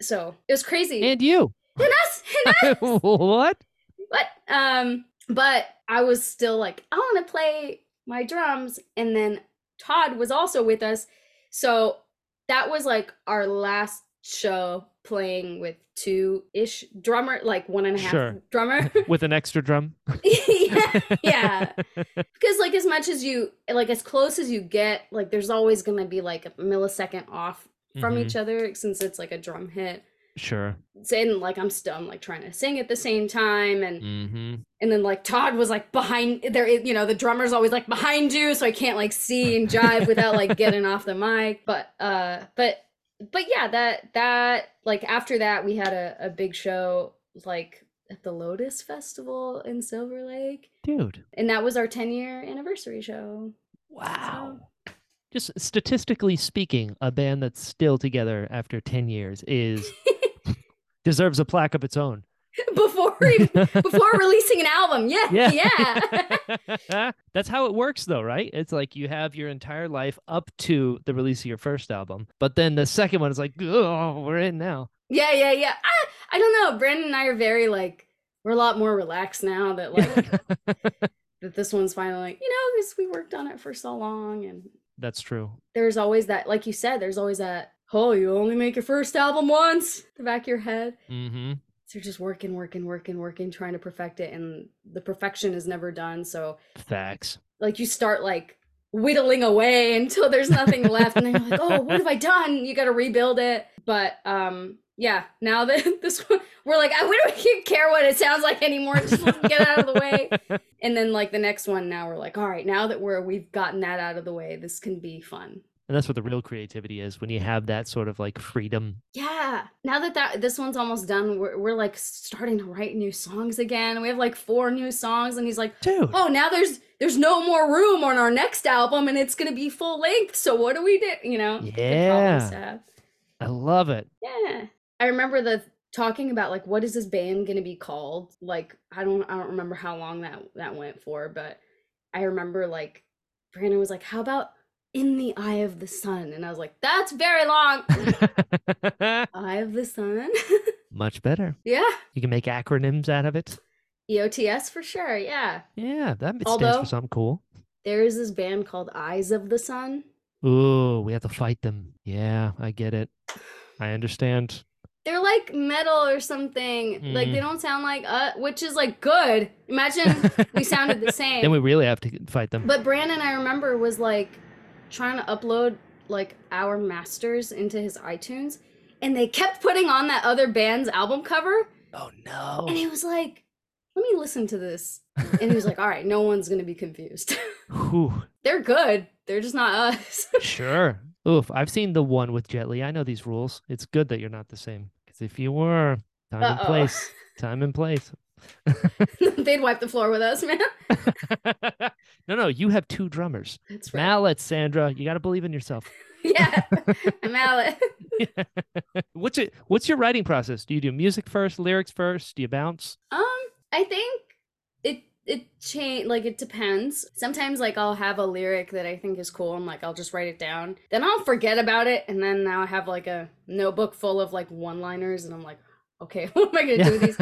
Speaker 3: So it was crazy. [laughs]
Speaker 1: and you.
Speaker 3: And us, and us.
Speaker 1: [laughs] what?
Speaker 3: But um, but I was still like, I want to play my drums, and then Todd was also with us, so that was like our last show playing with two ish drummer, like one and a half
Speaker 1: Sure. [laughs]
Speaker 3: drummer. [laughs]
Speaker 1: With an extra drum.
Speaker 3: yeah, yeah. Because like as much as you like as close as you get, like there's always gonna be like a millisecond off from
Speaker 1: Mhm,
Speaker 3: each other since it's like a drum hit.
Speaker 1: Sure.
Speaker 3: and like I'm still I'm like trying to sing at the same time and
Speaker 1: Mm-hmm.
Speaker 3: and then like Todd was like behind there is- you know the drummer's always like behind you so I can't like see and jive without like getting off the mic but uh but but yeah that that like after that we had a, a big show like at the Lotus Festival in Silver Lake
Speaker 1: Dude.
Speaker 3: and that was our 10 year anniversary show [laughs]
Speaker 1: Wow. Just statistically speaking, a band that's still together after 10 years is deserves a plaque of its own. [laughs]
Speaker 3: before even- before releasing an album yeah yeah,
Speaker 1: [laughs] that's how it works though, right? It's like you have your entire life up to the release of your first album, but then the second one is like, oh, we're in now.
Speaker 3: Yeah, yeah, yeah. I, I don't know. Brandon and I are very like we're a lot more relaxed now that like that this one's finally like you know because we worked on it for so long and
Speaker 1: That's true.
Speaker 3: There's always that, like you said, there's always that, oh, you only make your first album once, the back of your head.
Speaker 1: Mm-hmm.
Speaker 3: So you're just working, working, working, working, trying to perfect it. And the perfection is never done. So
Speaker 1: Facts.
Speaker 3: like you start like whittling away [laughs] until there's nothing left and then you're like oh what have i done you got to rebuild it but um yeah now that [laughs] this one we're like I, we don't [laughs] even care what it sounds like anymore just let it get out of the way and then like the next one now we're like all right now that we're we've gotten that out of the way this can be fun
Speaker 1: And that's what the real creativity is when you have that sort of like freedom.
Speaker 3: yeah now that that this one's almost done we're, we're like starting to write new songs again we have like four new songs and he's like
Speaker 1: Dude,
Speaker 3: oh now there's there's no more room on our next album and it's gonna be full length so what do we do you know the problem
Speaker 1: Yeah.
Speaker 3: stuff.
Speaker 1: I love it. [laughs]
Speaker 3: yeah i remember the talking about like what is this band gonna be called like i don't i don't remember how long that that went for but i remember like brandon was like how about in the eye of the sun and i was like that's very long [laughs] eye of the sun [laughs]
Speaker 1: Much better.
Speaker 3: yeah E
Speaker 1: You can make acronyms out of it.
Speaker 3: eots for sure yeah
Speaker 1: Yeah, that stands
Speaker 3: Although-
Speaker 1: for something cool.
Speaker 3: there is this band called eyes of the sun
Speaker 1: Ooh, we have to fight them. Yeah, I get it. I understand. [laughs]
Speaker 3: they're like metal or something. Like they
Speaker 1: Mm.
Speaker 3: don't sound like uh, which is like good.
Speaker 1: [laughs]
Speaker 3: Imagine we sounded the same.
Speaker 1: then we really have to fight them.
Speaker 3: but Brandon, I remember, was like trying to upload like our masters into his iTunes, and they kept putting on that other band's album cover,
Speaker 1: oh no.
Speaker 3: and he was like, "Let me listen to this," and he was like, "All right, no one's gonna be confused. [laughs]
Speaker 1: Whew,
Speaker 3: they're good. They're just not us."
Speaker 1: sure. Oof, I've seen the one with Jet Li. I know these rules. It's good that you're not the same. Because if you were, time and
Speaker 3: Uh-oh.
Speaker 1: place, time and place.
Speaker 3: [laughs] They'd wipe the floor with us, man.
Speaker 1: no, no, you have two drummers.
Speaker 3: That's right.
Speaker 1: Mallet, Sandra. You got to believe in yourself.
Speaker 3: [laughs]
Speaker 1: [laughs]
Speaker 3: yeah, I'm out.
Speaker 1: What's it? What's your writing process? Do you do music first, lyrics first? Do you bounce?
Speaker 3: Um, I think it it change like it depends. Sometimes like I'll have a lyric that I think is cool and like I'll just write it down. Then I'll forget about it and then now I have like a notebook full of like one-liners and I'm like, okay, [laughs] what am I going to do with these?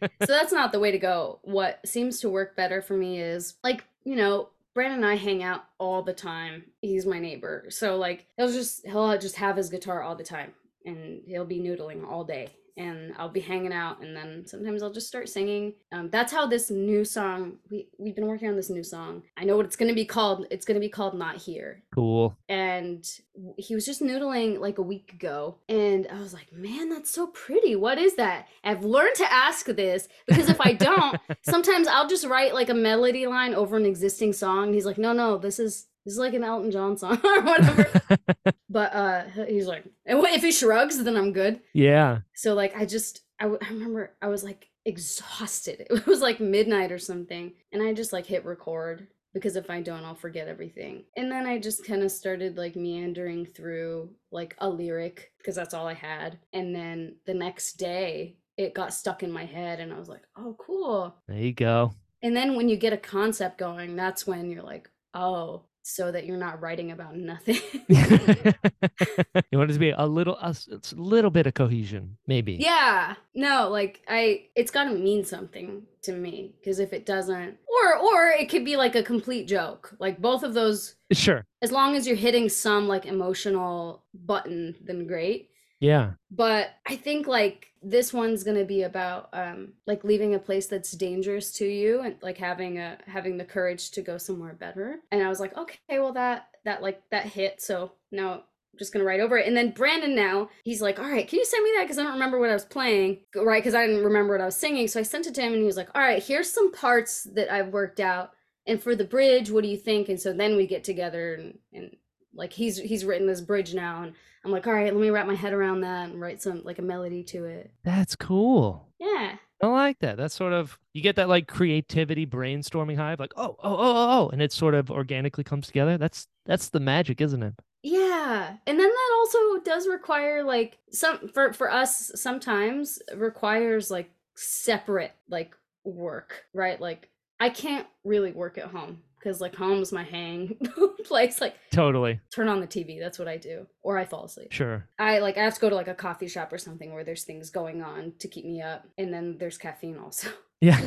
Speaker 3: so that's not the way to go. What seems to work better for me is like, you know, Brandon and I hang out all the time. He's my neighbor. So like he'll just he'll just have his guitar all the time and he'll be noodling all day and I'll be hanging out and then sometimes I'll just start singing. Um, that's how this new song we we've been working on this new song. I know what it's going to be called. It's going to be called Not Here
Speaker 1: Cool.
Speaker 3: and w- he was just noodling like a week ago and i was like man that's so pretty what is that i've learned to ask this because if i don't sometimes i'll just write like a melody line over an existing song and he's like no no this is this is like an elton john song [laughs] or
Speaker 1: [laughs]
Speaker 3: whatever but uh he- he's like and wh- if he shrugs then i'm good
Speaker 1: yeah.
Speaker 3: so like i just I, w- I remember i was like exhausted [laughs] it was like midnight or something and i just like hit record because if i don't i'll forget everything and then i just kind of started like meandering through like a lyric because that's all i had and then the next day it got stuck in my head and i was like oh cool
Speaker 1: There you go.
Speaker 3: and then when you get a concept going that's when you're like oh so that you're not writing about nothing
Speaker 1: [laughs]
Speaker 3: [laughs]
Speaker 1: you want it to be a little, a s- it's a little bit of cohesion, maybe.
Speaker 3: Yeah. No, like I it's got to mean something to me because if it doesn't or or it could be like a complete joke. Like both of those
Speaker 1: Sure.
Speaker 3: as long as you're hitting some like emotional button then great.
Speaker 1: Yeah.
Speaker 3: But I think like this one's going to be about um like leaving a place that's dangerous to you and like having a having the courage to go somewhere better. And I was like, okay, well that that like that hit, so now I'm just gonna write over it. And then Brandon now, he's like, all right, can you send me that? Because I don't remember what I was playing, right? Because I didn't remember what I was singing. So I sent it to him and he was like, all right, here's some parts that I've worked out. And for the bridge, what do you think? And so then we get together and, and like he's he's written this bridge now. And I'm like, all right, let me wrap my head around that and write some like a melody to it.
Speaker 1: That's cool.
Speaker 3: Yeah.
Speaker 1: I like that. That's sort of, you get that like creativity brainstorming hive, like, oh, oh, oh, oh, oh. And it sort of organically comes together. That's, that's the magic, isn't it?
Speaker 3: Yeah. And then that also does require like some for for us sometimes requires like separate like work, right? Like I can't really work at home because like home's my hang [laughs] place. Like
Speaker 1: Totally.
Speaker 3: turn on the TV, that's what I do. Or I fall asleep.
Speaker 1: Sure.
Speaker 3: I like I have to go to like a coffee shop or something where there's things going on to keep me up. And then there's caffeine also.
Speaker 1: Yeah.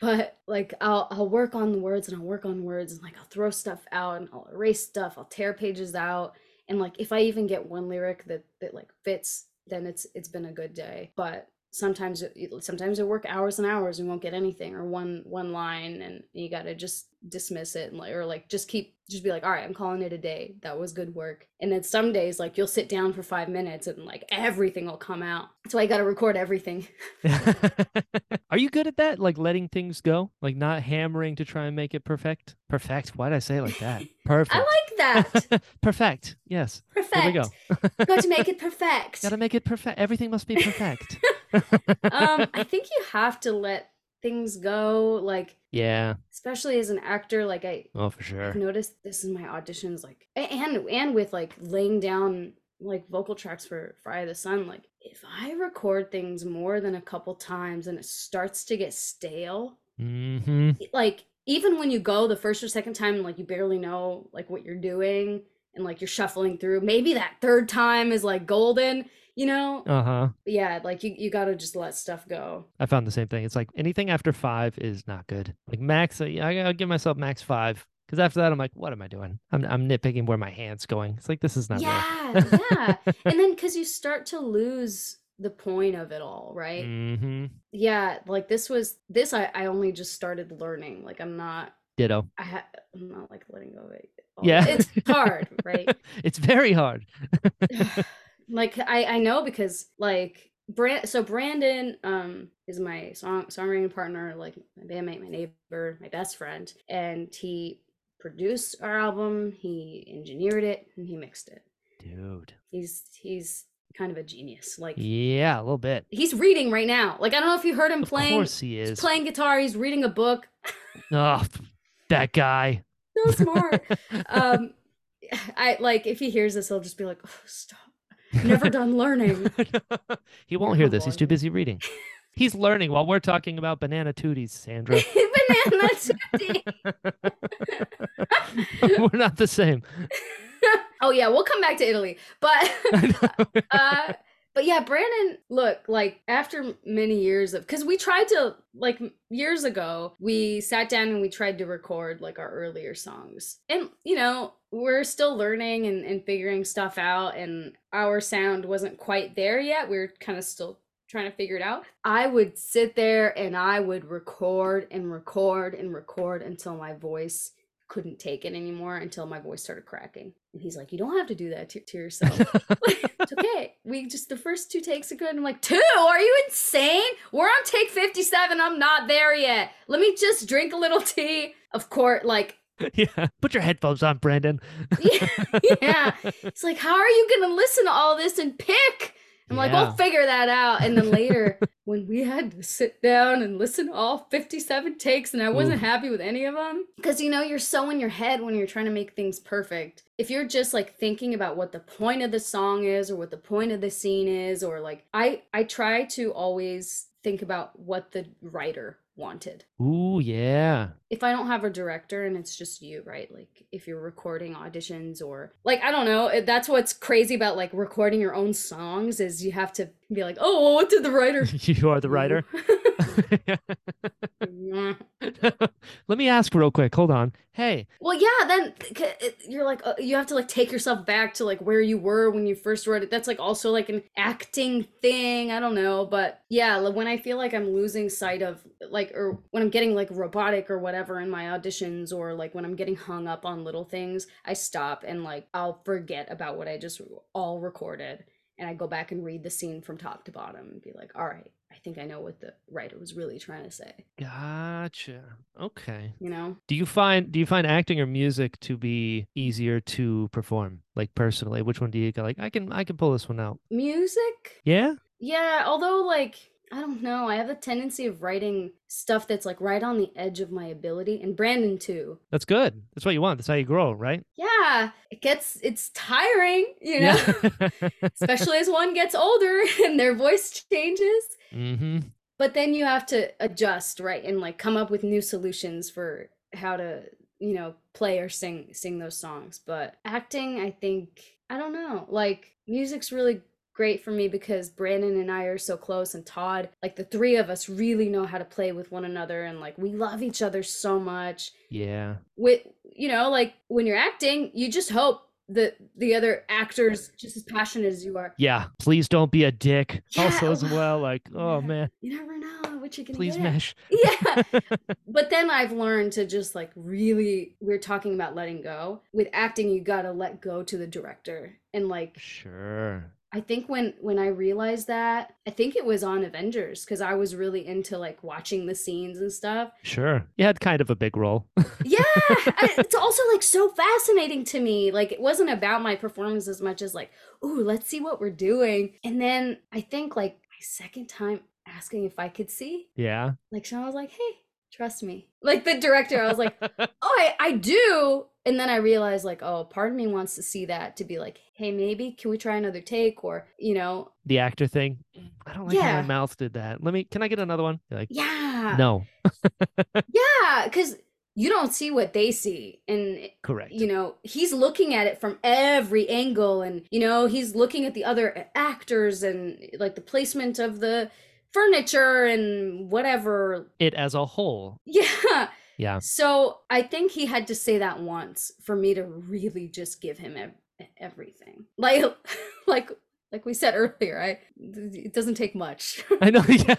Speaker 3: but like I'll I'll work on the words and I'll work on words and like I'll throw stuff out and I'll erase stuff, I'll tear pages out and like if I even get one lyric that that like fits, then it's it's been a good day. But sometimes it, it- sometimes I work hours and hours and won't get anything or one one line and you got to just dismiss it and like or like just keep just be like, "All right, I'm calling it a day. That was good work." And then some days like you'll sit down for 5 minutes and like everything will come out. That's why you got to record everything.
Speaker 1: [laughs]
Speaker 3: [laughs]
Speaker 1: Are you good at that? Like letting things go? Like not hammering to try and make it perfect? Perfect. Why'd I say it like that? Perfect.
Speaker 3: [laughs] I
Speaker 1: [laughs]
Speaker 3: like that.
Speaker 1: perfect. Yes.
Speaker 3: Perfect.
Speaker 1: There we go.
Speaker 3: Got to make it perfect.
Speaker 1: Gotta [laughs] make it perfect. Everything must be perfect.
Speaker 3: [laughs] um, I think you have to let things go, like
Speaker 1: [laughs] yeah.
Speaker 3: especially as an actor. Like I
Speaker 1: Oh, for sure.
Speaker 3: I've noticed this in my auditions, like a- and and with like laying down like vocal tracks for for Eye of the Sun. Like if I record things more than a couple times and it starts to get stale,
Speaker 1: Mm-hmm.
Speaker 3: it- like even when you go the first or second time like you barely know like what you're doing and like you're shuffling through maybe that third time is like golden you know
Speaker 1: Uh huh.
Speaker 3: yeah like you, you gotta just let stuff go
Speaker 1: I found the same thing. It's like anything after five is not good. Like max, I, I- I'll give myself max five because after that, I'm like, what am I doing? I'm, I'm nitpicking where my hand's going. It's like this is not.
Speaker 3: yeah
Speaker 1: real. [laughs]
Speaker 3: yeah and then because you start to lose the point of it all right
Speaker 1: mm-hmm.
Speaker 3: yeah like this was this I, I only just started learning like i'm not
Speaker 1: Ditto.
Speaker 3: i ha- i'm not like letting go of it all.
Speaker 1: Yeah. [laughs]
Speaker 3: it's hard right [laughs]
Speaker 1: it's very hard.
Speaker 3: like I I know because like Brand so Brandon um is my song songwriting partner, like my bandmate, my neighbor, my best friend, and he produced our album, he engineered it, and he mixed it.
Speaker 1: Dude.
Speaker 3: He's he's kind of a genius. Like
Speaker 1: Yeah, a little bit.
Speaker 3: he's reading right now. Like I don't know if you heard him
Speaker 1: Of
Speaker 3: playing
Speaker 1: course he
Speaker 3: he's
Speaker 1: is.
Speaker 3: playing guitar, he's reading a book.
Speaker 1: oh, that
Speaker 3: [laughs]
Speaker 1: guy. [laughs]
Speaker 3: So smart. um I like if he hears this, he'll just be like, oh, stop. Never done learning.
Speaker 1: [laughs] he won't hear
Speaker 3: Come
Speaker 1: this. He's
Speaker 3: on.
Speaker 1: too busy
Speaker 3: [laughs]
Speaker 1: reading. He's learning while we're talking about banana tooties, Sandra.
Speaker 3: [laughs] Banana tootie.
Speaker 1: [laughs] we're not the
Speaker 3: [laughs]
Speaker 1: same.
Speaker 3: oh yeah, we'll come back to Italy.
Speaker 1: [laughs]
Speaker 3: But uh but yeah, Brandon, look, like after many years of cuz we tried to like m- years ago, we sat down and we tried to record like our earlier songs. And you know, we're still learning and and figuring stuff out and our sound wasn't quite there yet. We were kind of still trying to figure it out. I would sit there and I would record and record and record until my voice couldn't take it anymore until my voice started cracking. And he's like, You don't have to do that to, to yourself. [laughs] it's okay. We just, the first two takes are good. I'm like, Two? Are you insane? We're on take 57. I'm not there yet. Let me just drink a little tea. Of course, like,
Speaker 1: yeah. Put your headphones on, Brandon.
Speaker 3: yeah. yeah. It's like, How are you going to listen to all this and pick? I'm like,
Speaker 1: Yeah.
Speaker 3: we'll figure that out. And
Speaker 1: [laughs]
Speaker 3: then later, when we had to sit down and listen to all 57 takes, and I wasn't
Speaker 1: Oof.
Speaker 3: happy with any of them. Because, you know, you're so in your head when you're trying to make things perfect. If you're just like thinking about what the point of the song is or what the point of the scene is, or like, I, I try to always think about what the writer wanted
Speaker 1: Ooh, yeah. [laughs]
Speaker 3: if I don't have a director and it's just you, right? Like if you're recording auditions or like I don't know, it- that's what's crazy about like recording your own songs is you have to be like, oh, well, what did the writer?
Speaker 1: you are the writer. [laughs]
Speaker 3: [laughs] Yeah.
Speaker 1: Let me ask real quick. Hold on. Hey,
Speaker 3: well, yeah, then c- it- you're like uh, you have to like take yourself back to like where you were when you first wrote it. That's like also like an acting thing. I don't know, but yeah, like, when I feel like I'm losing sight of like or when I'm getting like robotic or whatever in my auditions or like when I'm getting hung up on little things, I stop and like I'll forget about what I just all recorded and I go back and read the scene from top to bottom and be like, "All right, I think I know what the writer was really trying to say."
Speaker 1: gotcha. Okay.
Speaker 3: You know?
Speaker 1: Do you find do you find acting or music to be easier to perform? Like personally, which one do you go like I can I can pull this one out?
Speaker 3: Music
Speaker 1: Yeah?
Speaker 3: Yeah, although like I don't know, I have a tendency of writing stuff that's like right on the edge of my ability, and Brandon too.
Speaker 1: That's good. That's what you want. That's how you grow,
Speaker 3: [laughs]
Speaker 1: right?
Speaker 3: Yeah, it gets it's tiring, you know, especially as one gets older [laughs] and their voice changes.
Speaker 1: [laughs] mm-hmm.
Speaker 3: But then you have to adjust, right, and like come up with new solutions for how to, you know, play or sing sing those songs. But acting, I think, I don't know, like music's really great for me because Brandon and I are so close and Todd, like the three of us really know how to play with one another and like we love each other so much.
Speaker 1: Yeah.
Speaker 3: With you know, like when you're acting, you just hope that the other actors just as passionate as you are.
Speaker 1: Yeah. Please don't be a dick.
Speaker 3: Yeah,
Speaker 1: Also, as
Speaker 3: well,
Speaker 1: well, like, oh
Speaker 3: yeah.
Speaker 1: man,
Speaker 3: You never know what you're gonna
Speaker 1: please
Speaker 3: get.
Speaker 1: mesh.
Speaker 3: Yeah. But then I've learned to just like really, we're talking about letting go. With acting, you gotta let go to the director. And like,
Speaker 1: sure.
Speaker 3: I think when when I realized that, I think it was on Avengers because I was really into like watching the scenes and stuff.
Speaker 1: Sure. You had kind of a big role. [laughs]
Speaker 3: Yeah, I- it's also like so fascinating to me. Like it wasn't about my performance as much as like, ooh, let's see what we're doing. And then I think like my second time asking if I could see,
Speaker 1: yeah.
Speaker 3: like Sean was like, hey, trust me. Like the director, I was like, oh I, I do and then i realized like oh part of me wants to see that to be like hey maybe can we try another take or you know
Speaker 1: the actor thing. I don't like how
Speaker 3: Yeah.
Speaker 1: my mouth did that. Let me. Can I get another one? You're like,
Speaker 3: yeah
Speaker 1: no.
Speaker 3: yeah because you don't see what they see and
Speaker 1: Correct.
Speaker 3: you know he's looking at it from every angle and you know he's looking at the other actors and like the placement of the furniture and whatever [laughs]
Speaker 1: it as a whole.
Speaker 3: yeah
Speaker 1: Yeah. [laughs]
Speaker 3: so i think he had to say that once for me to really just give him ev- e-, everything [laughs] like like like we said earlier i it doesn't take much [laughs]
Speaker 1: I know. Yeah.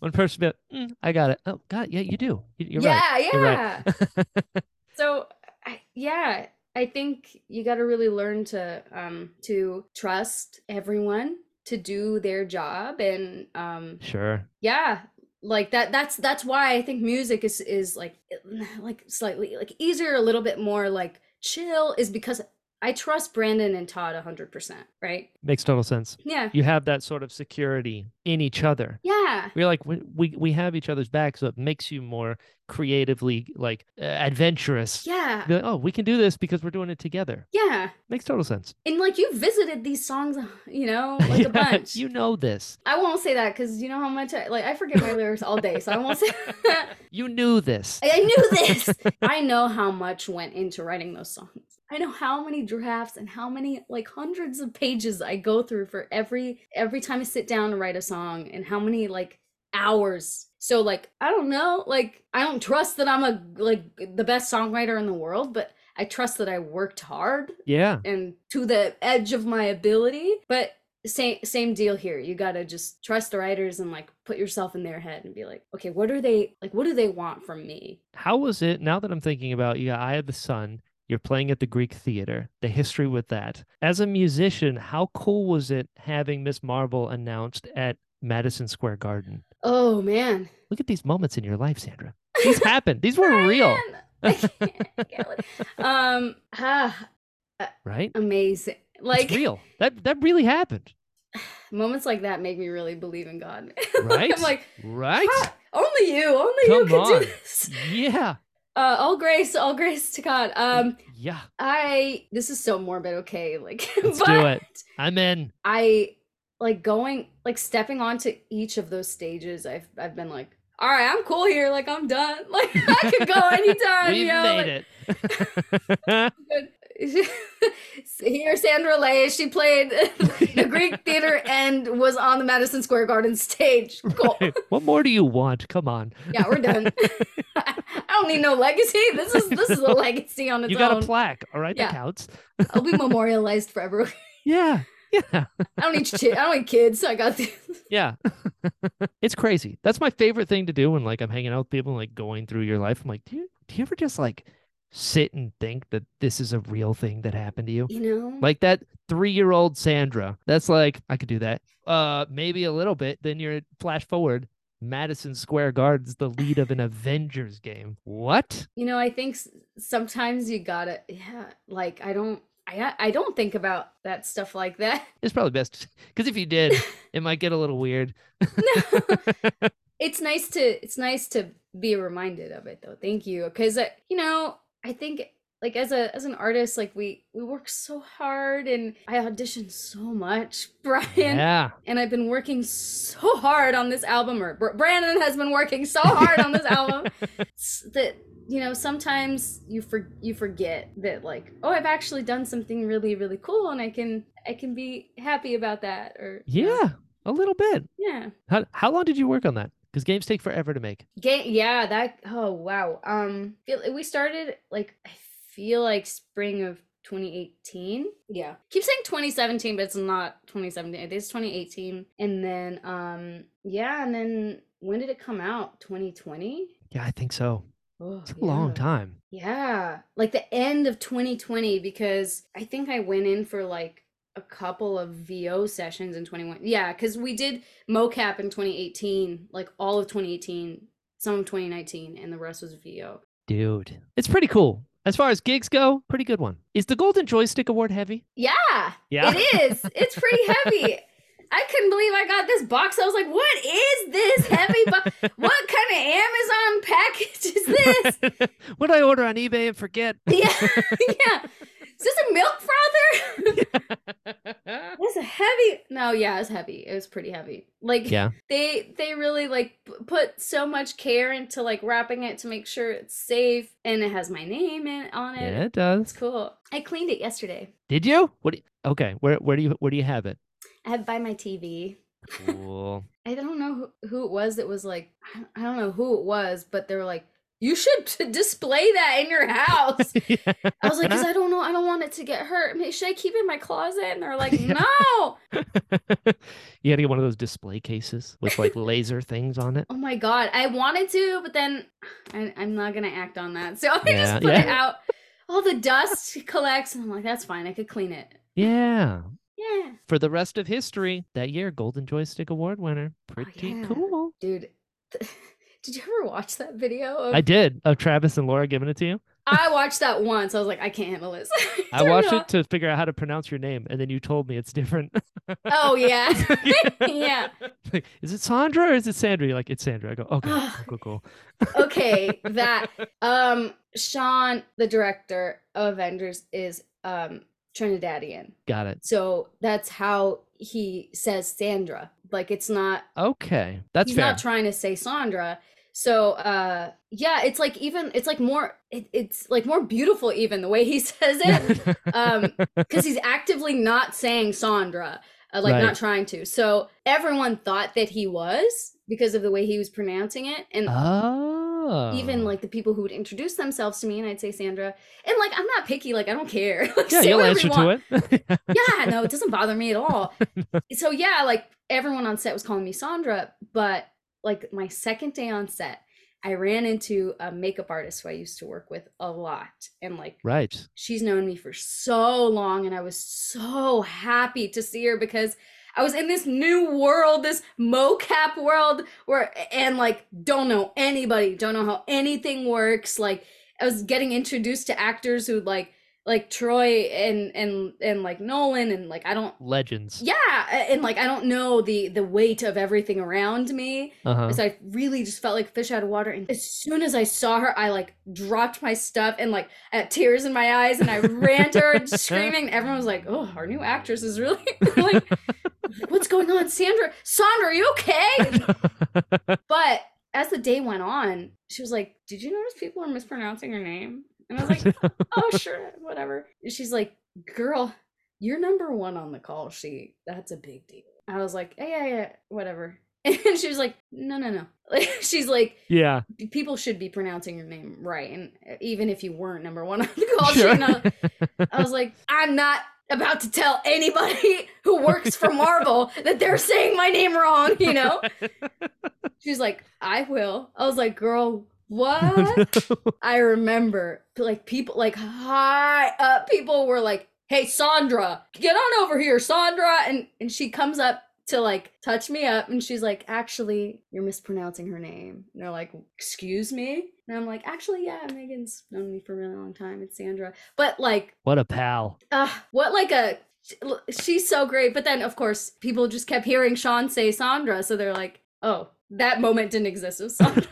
Speaker 1: one person. Be like, "Mm, I got it. Oh God. Yeah, you do. You- [laughs] You're right.
Speaker 3: yeah yeah
Speaker 1: You're right. [laughs]
Speaker 3: so I, yeah i think you got to really learn to um to trust everyone to do their job and um
Speaker 1: sure.
Speaker 3: yeah like that that's that's why i think music is is like [sighs] like slightly like easier a little bit more like chill is because i trust brandon and todd 100% right
Speaker 1: Makes total sense.
Speaker 3: yeah
Speaker 1: You have that sort of security in each other.
Speaker 3: yeah
Speaker 1: We're like we, we we have each other's back, so it makes you more creatively like uh, adventurous.
Speaker 3: yeah
Speaker 1: Be like, oh, we can do this because we're doing it together.
Speaker 3: yeah
Speaker 1: Makes total sense.
Speaker 3: and like you visited these songs [sighs] you
Speaker 1: [laughs]
Speaker 3: know like
Speaker 1: Yeah,
Speaker 3: a bunch
Speaker 1: You know this.
Speaker 3: i won't say that because you know how much i like i forget my lyrics all day so i won't
Speaker 1: [laughs]
Speaker 3: say [laughs] that.
Speaker 1: You knew this.
Speaker 3: I- I knew this. I know how much went into writing those songs. I know how many drafts and how many like hundreds of pages I go through for every every time I sit down to write a song and how many like hours. So like I don't know, like I don't trust that I'm a like the best songwriter in the world, but I trust that I worked hard
Speaker 1: Yeah.
Speaker 3: and to the edge of my ability. But same same deal here. You gotta just trust the writers and like put yourself in their head and be like, okay, what are they like? What do they want from me?
Speaker 1: How was it now that I'm thinking about yeah, I had the Sun, you're playing at the Greek theater, the history with that. As a musician, how cool was it having Miss Marvel announced at Madison Square Garden?
Speaker 3: Oh man,
Speaker 1: Look at these moments in your life, Sandra.
Speaker 3: [laughs]
Speaker 1: These happened. These were real.
Speaker 3: Brian! [laughs] I can't- I can't li- um, ah,
Speaker 1: Right?
Speaker 3: amazing. Like
Speaker 1: it's real. That that really happened.
Speaker 3: moments like that make me really believe in God. [laughs]
Speaker 1: Right?
Speaker 3: I'm like,
Speaker 1: right?
Speaker 3: "Ah, only you, only you
Speaker 1: Come
Speaker 3: can
Speaker 1: on.
Speaker 3: do this. [laughs]
Speaker 1: Yeah.
Speaker 3: Uh, all grace, all grace to God. Um,
Speaker 1: yeah.
Speaker 3: I this is so morbid. Okay, like, [laughs]
Speaker 1: Let's
Speaker 3: but
Speaker 1: do it. I'm in.
Speaker 3: I like going like stepping onto each of those stages. I've I've been like, all right, I'm cool here. Like I'm done. [laughs] Like I could go anytime.
Speaker 1: [laughs] We've
Speaker 3: you know? like,
Speaker 1: made it.
Speaker 3: good. [laughs] Here, Sandra Lay, she played [laughs] the Greek theater and was on the Madison Square Garden stage. Cool.
Speaker 1: Hey, [laughs] what more do you want? Come on.
Speaker 3: Yeah, we're done. [laughs] I don't need no legacy. This is this is a legacy on its
Speaker 1: You got
Speaker 3: own.
Speaker 1: a plaque. All right,
Speaker 3: Yeah.
Speaker 1: that counts.
Speaker 3: I'll be memorialized forever.
Speaker 1: Yeah. Yeah.
Speaker 3: I don't need chi- I don't need kids. I got this.
Speaker 1: Yeah. it's crazy. That's my favorite thing to do when like I'm hanging out with people and like going through your life. I'm like, do you do you ever just like sit and think that this is a real thing that happened to you?
Speaker 3: You know.
Speaker 1: Like that three year old Sandra. That's like, I could do that. Uh maybe a little bit. Then you're flash forward. Madison Square Garden's the lead of an Avengers game. What?
Speaker 3: You know, I think s- sometimes you gotta. Yeah, like I don't. I I don't think about that stuff like that.
Speaker 1: It's probably best because if you did, it might get a little weird.
Speaker 3: No. [laughs] it's nice to it's nice to be reminded of it though thank you because you know i think like as a as an artist like we we work so hard and i audition so much [laughs] brian
Speaker 1: yeah.
Speaker 3: and i've been working so hard on this album or Br- brandon has been working so hard on this album s- that you know sometimes you for you forget that like oh I've actually done something really really cool and I can I can be happy about that or you know,
Speaker 2: Yeah, a little bit.
Speaker 3: yeah
Speaker 2: How how long did you work on that? Because games take forever to make.
Speaker 3: Game, yeah, that. Oh wow. Um, feel- we started like I feel like spring of 2018. Yeah, keep saying 2017, but it's not 2017. It is 2018. And then, um, yeah, and then when did it come out? 2020.
Speaker 2: Yeah, I think so.
Speaker 3: Oh,
Speaker 2: It's a long
Speaker 3: yeah.
Speaker 2: time.
Speaker 3: Yeah, like the end of 2020 because I think I went in for like a couple of VO sessions in 21. Yeah, because we did mocap in 2018, like all of 2018, some of 2019, and the rest was VO.
Speaker 2: Dude, it's pretty cool. As far as gigs go, pretty good one. Is the Golden Joystick Award heavy?
Speaker 3: Yeah,
Speaker 2: Yeah.
Speaker 3: it is. It's pretty heavy. I couldn't believe I got this box. I was like, what is this heavy box? What kind of Amazon package is
Speaker 1: [laughs]
Speaker 3: this?
Speaker 2: [laughs] what did I order on eBay and
Speaker 3: [laughs]
Speaker 2: forget?
Speaker 3: Yeah, yeah. [laughs] Is this a milk frother? [laughs] It's a heavy. No, yeah, it's heavy. It was pretty heavy. Like
Speaker 2: Yeah.
Speaker 3: they they really like p- put so much care into like wrapping it to make sure it's safe and it has my name in on it.
Speaker 2: yeah, it
Speaker 3: It's
Speaker 2: does.
Speaker 3: cool. I cleaned it yesterday.
Speaker 2: Did you? What? do you- okay, where where do you where do you have
Speaker 3: [laughs]
Speaker 2: it?
Speaker 3: I had by my TV.
Speaker 2: Cool.
Speaker 3: I don't know who, who it was that was like I don't- I don't know who it was, but they were like you should [laughs] t- display that in your
Speaker 2: [laughs]
Speaker 3: house.
Speaker 2: Yeah.
Speaker 3: I was like, because I don't know, I don't want it to get hurt. I mean, should I keep it in my closet? And they're
Speaker 2: [laughs]
Speaker 3: like,
Speaker 2: Yeah.
Speaker 3: no.
Speaker 2: [laughs] you got to get one of those display cases with like laser things on it.
Speaker 3: [laughs] Oh my god, I wanted to, but then I, I'm not gonna act on that. So [laughs] I
Speaker 2: Yeah,
Speaker 3: just put it
Speaker 2: yeah.
Speaker 3: out. All the dust collects, and I'm like, that's fine. I could clean it.
Speaker 2: Yeah.
Speaker 3: Yeah,
Speaker 2: For the rest of history, that year, Golden Joystick Award winner. Pretty
Speaker 3: Oh, yeah.
Speaker 2: cool.
Speaker 3: dude. [laughs] th- Did you ever watch that video? Of,
Speaker 2: I did. Of Travis and Laura giving it to you.
Speaker 3: I watched that once. I was like, I can't handle this. [laughs]
Speaker 2: [laughs] I
Speaker 3: Turned
Speaker 2: watched
Speaker 3: off.
Speaker 2: it to figure out how to pronounce your name, and then you told me it's different. [laughs]
Speaker 3: Oh yeah, [laughs] yeah.
Speaker 2: Like, is it Sandra or is it Sandra? You're like, it's Sandra. I go, okay,
Speaker 3: Ugh.
Speaker 2: cool, cool, cool.
Speaker 3: Okay, that. Um, Sean, the director of Avengers, is um Trinidadian,
Speaker 2: Got it.
Speaker 3: so that's how he says Sandra. Like, it's not
Speaker 2: Okay. That's
Speaker 3: he's
Speaker 2: fair.
Speaker 3: not trying to say Sandra. So uh yeah, it's like even it's like more it, it's like more beautiful even the way he [laughs] says it um because he's actively not saying Sandra, uh, like
Speaker 2: Right.
Speaker 3: not trying to. So everyone thought that he was because of the way he was pronouncing it and
Speaker 2: [laughs] oh.
Speaker 3: even like the people who would introduce themselves to me and I'd say Sandra and like I'm not picky like I don't care [laughs] like,
Speaker 2: yeah,
Speaker 3: say
Speaker 2: you'll
Speaker 3: whatever
Speaker 2: answer
Speaker 3: you want
Speaker 2: to it. [laughs]
Speaker 3: yeah, no, it doesn't bother me at all. So yeah, like everyone on set was calling me Sandra, but like my second day on set, I ran into a makeup artist who I used to work with a lot, and like
Speaker 2: right.
Speaker 3: she's known me for so long, and I was so happy to see her because. I was in this new world, this mocap world where and like don't know anybody, don't know how anything works. Like I was getting introduced to actors who like like Troy and and and like Nolan and like I don't
Speaker 2: Legends.
Speaker 3: yeah, a- and like I don't know the the weight of everything around me.
Speaker 2: Uh-huh.
Speaker 3: So I really just felt like fish out of water. And as soon as I saw her, I like dropped my stuff and like I had uh, tears in my eyes and I ran to her screaming. Everyone was like, "Oh, our new actress is really [laughs] like, what's going on, Sandra? Sandra, are you okay?" But as the day went on, she was like, "Did you notice people were mispronouncing your name?" And I was like, oh sure whatever And she's like girl you're number one on the call sheet that's a big deal i was like yeah yeah, yeah whatever [laughs] and she was like no no [laughs] no like she's like
Speaker 2: yeah.
Speaker 3: people should be pronouncing your name right and uh, even if you weren't number one on the call
Speaker 2: Sure.
Speaker 3: sheet and I, I was like i'm not about to tell anybody who works for marvel that they're saying my name wrong
Speaker 2: [laughs]
Speaker 3: you know she's like i will i was like girl
Speaker 2: [laughs]
Speaker 3: what I remember like people like high up people were like, "Hey Sandra, get on over here, Sandra." And and she comes up to like touch me up and she's like, "Actually, you're mispronouncing her name." And they're like, "Excuse me?" And I'm like, "Actually, yeah, Megan's known me for a really long time. It's Sandra." But like
Speaker 2: what a pal.
Speaker 3: uh, what like a she's so great but then of course people just kept hearing sean say sandra so they're like oh that moment didn't exist with sandra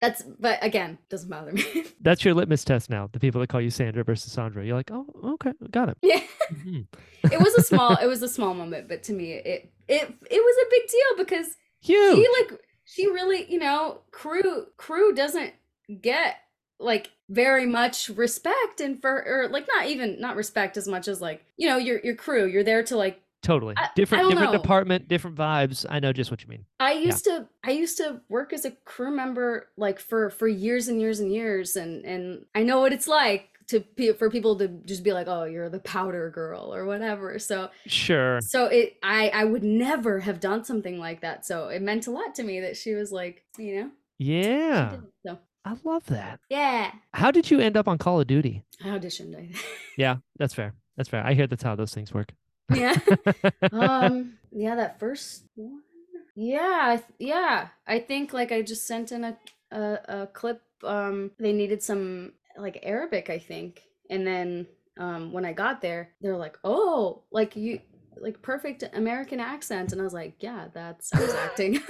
Speaker 3: that's but again doesn't bother me
Speaker 2: That's your litmus test now. The people that call you Sandra versus Sandra. You're like, oh, okay, got
Speaker 3: [laughs]
Speaker 2: it.
Speaker 3: yeah
Speaker 2: Mhm.
Speaker 3: it was a small it was a small moment but to me it it it was a big deal because
Speaker 2: Huge.
Speaker 3: she like she really you know crew crew doesn't get like very much respect and for or like not even not respect as much as like you know your your crew you're there to like
Speaker 1: Totally.
Speaker 3: I- I
Speaker 1: different
Speaker 3: don't
Speaker 1: different
Speaker 3: know.
Speaker 1: department, different vibes. I know just what you mean.
Speaker 3: I used to I used to work as a crew member like for for years and years and years and and I know what it's like to pe- for people to just be like oh you're the powder girl or whatever so
Speaker 1: Sure.
Speaker 3: so it I I would never have done something like that so it meant a lot to me that she was like you know she
Speaker 1: Yeah.
Speaker 3: did it. so
Speaker 1: I love that.
Speaker 3: yeah
Speaker 1: How did you end up on Call of Duty?
Speaker 3: I auditioned I think.
Speaker 1: Yeah, that's fair. That's fair. I hear that's how those things work.
Speaker 3: [laughs] yeah
Speaker 1: [laughs]
Speaker 3: um yeah that first one yeah I th- yeah i think like i just sent in a, a a clip um they needed some like arabic i think and then um when i got there they were like oh like you like perfect american accent and i was like yeah that's I was acting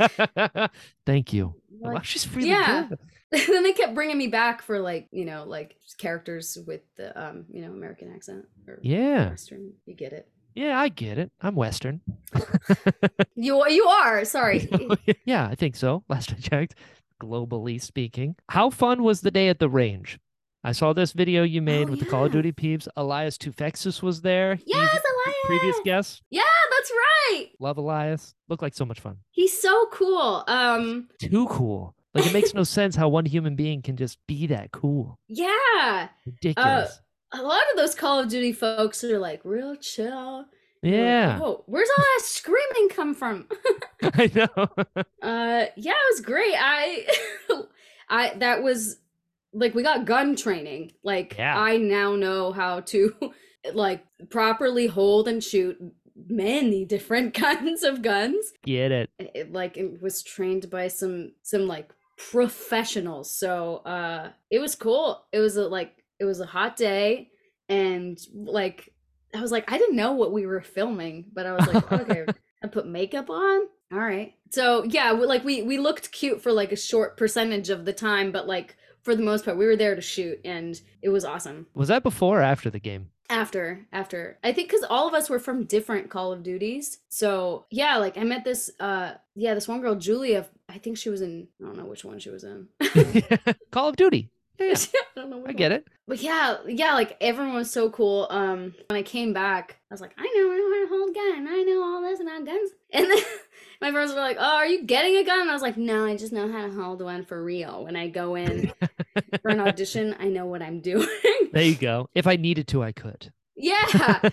Speaker 3: [laughs]
Speaker 1: Thank you. Wow,
Speaker 3: Like,
Speaker 1: she's really
Speaker 3: yeah.
Speaker 1: good.
Speaker 3: [laughs] then they kept bringing me back for like you know like characters with the um you know american accent or
Speaker 1: Yeah.
Speaker 3: western you get it
Speaker 1: Yeah, I get it. I'm
Speaker 3: [laughs]
Speaker 1: Western.
Speaker 3: you are you
Speaker 1: [laughs]
Speaker 3: are sorry
Speaker 1: yeah, I think so. Last I checked, globally speaking. How fun was the day at the range? I saw this video you made with the Call of
Speaker 3: Oh, yeah.
Speaker 1: Duty peeps. Elias Tufexis was there. He's
Speaker 3: [laughs] yes
Speaker 1: the
Speaker 3: elias
Speaker 1: Previous guest.
Speaker 3: Yeah, that's right.
Speaker 1: Love Elias. Looked like so much fun.
Speaker 3: He's so cool. Um
Speaker 1: Too cool. Like it
Speaker 3: [laughs]
Speaker 1: makes no sense how one human being can just be that cool.
Speaker 3: yeah,
Speaker 1: Ridiculous.
Speaker 3: a lot of those Call of Duty folks are like real chill. You're like,
Speaker 1: yeah.
Speaker 3: "Whoa, where's all that screaming come from?
Speaker 1: [laughs] I know.
Speaker 3: Uh yeah, it was great. I [laughs] I that was like we got gun training. Like
Speaker 1: Yeah.
Speaker 3: I now know how to [laughs] like properly hold and shoot many different [laughs] kinds of guns.
Speaker 1: Get it.
Speaker 3: it- it, like it was trained by some some like professionals so uh it was cool it was a like it was a hot day and like i was like i didn't know what we were filming but i was like okay i put makeup on all right so yeah we, like we we looked cute for like a short percentage of the time but like for the most part we were there to shoot and it was awesome
Speaker 1: Was that before or after the [laughs] game?
Speaker 3: after after i think because all of us were from different call of duties so yeah like i met this uh yeah this one girl julia i think she was in i don't know which one she was in [laughs]
Speaker 1: Call of Duty. Yeah, yeah,
Speaker 3: i don't know
Speaker 1: I get it.
Speaker 3: but yeah yeah like everyone was so cool um when i came back i was like i know i know how to hold gun i know all this about guns [laughs] and then my friends were like oh are you getting a gun and i was like no i just know how to hold one for real when i
Speaker 1: [laughs]
Speaker 3: go in for an audition i know what i'm [laughs] doing
Speaker 1: There you go. If I needed to, I could.
Speaker 3: yeah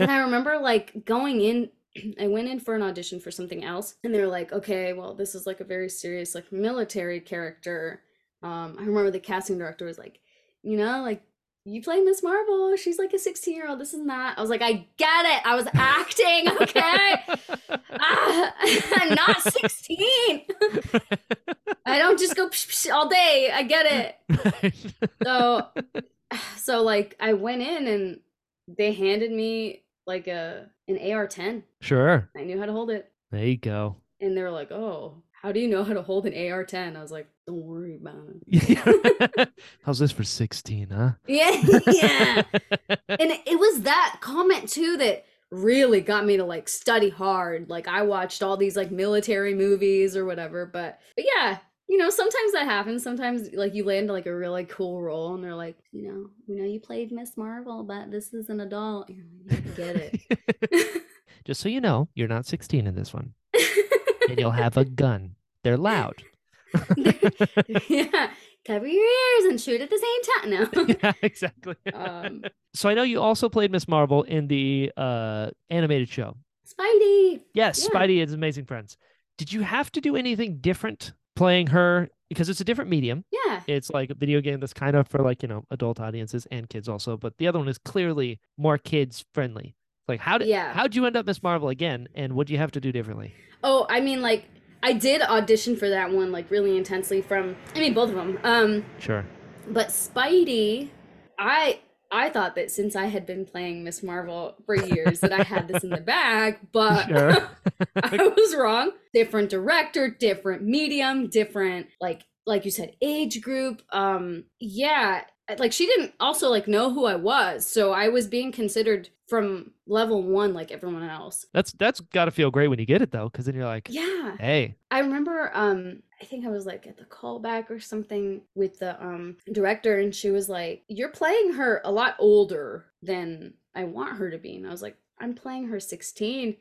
Speaker 3: and I remember like going in, [clears throat] I went in for an audition for something else, and they were like, okay, well, this is like a very serious, like military character. Um, I remember the casting director was like, you know, like you play Miss Marvel, she's like a 16 year old, this is not. I was like, I get it, I was acting, okay? ah, [laughs] I'm not 16. I don't just go psh, psh, all day, I get it so [sighs] so like i went in and they handed me like a an ar-10
Speaker 1: [laughs] sure.
Speaker 3: i knew how to hold it
Speaker 1: There you go. [laughs]
Speaker 3: and they were like oh how do you know how to hold an ar-10 i was like don't worry about it
Speaker 1: How's this for 16, huh?
Speaker 3: yeah [laughs] yeah and it it was that comment too that really got me to like study hard like i watched all these like military movies or whatever but but yeah you know sometimes that happens sometimes like you land like a really cool role and they're like you know you know you played miss marvel but this is an adult you get
Speaker 1: [laughs]
Speaker 3: it [laughs]
Speaker 1: Just so you know, you're not 16 in this one, and you'll have a gun. They're loud.
Speaker 3: yeah cover your ears and shoot at the same time
Speaker 1: [laughs] yeah, exactly. [laughs]
Speaker 3: no um
Speaker 1: so I know you also played Miss Marvel in the uh, animated show.
Speaker 3: spidey
Speaker 1: Yes,
Speaker 3: Yeah.
Speaker 1: Spidey is Amazing Friends. Did you have to do anything different playing her? Because it's a different medium.
Speaker 3: yeah
Speaker 1: it's like a video game that's kind of for like you know adult audiences and kids also but the other one is clearly more kids friendly like how did
Speaker 3: Yeah.
Speaker 1: how'd you end up miss marvel again and what do you have to do differently
Speaker 3: Oh, I mean, like I did audition for that one like really intensely. From I mean, both of them. Um, [laughs]
Speaker 1: sure
Speaker 3: but Spidey, I I thought that since I had been playing Miss Marvel for years that I had this in the bag, but [laughs]
Speaker 1: Sure.
Speaker 3: I was wrong. Different director, different medium, different like like you said, age group. Um, yeah, like she didn't also like know who I was, so I was being considered from level one, like everyone else.
Speaker 1: That's that's got to feel great when you get it though, because then you're like,
Speaker 3: Yeah,
Speaker 1: hey,
Speaker 3: I remember. Um, I think I was like at the callback or something with the um director, and she was like, "You're playing her a lot older than I want her to be," and I was like, "I'm playing her 16,"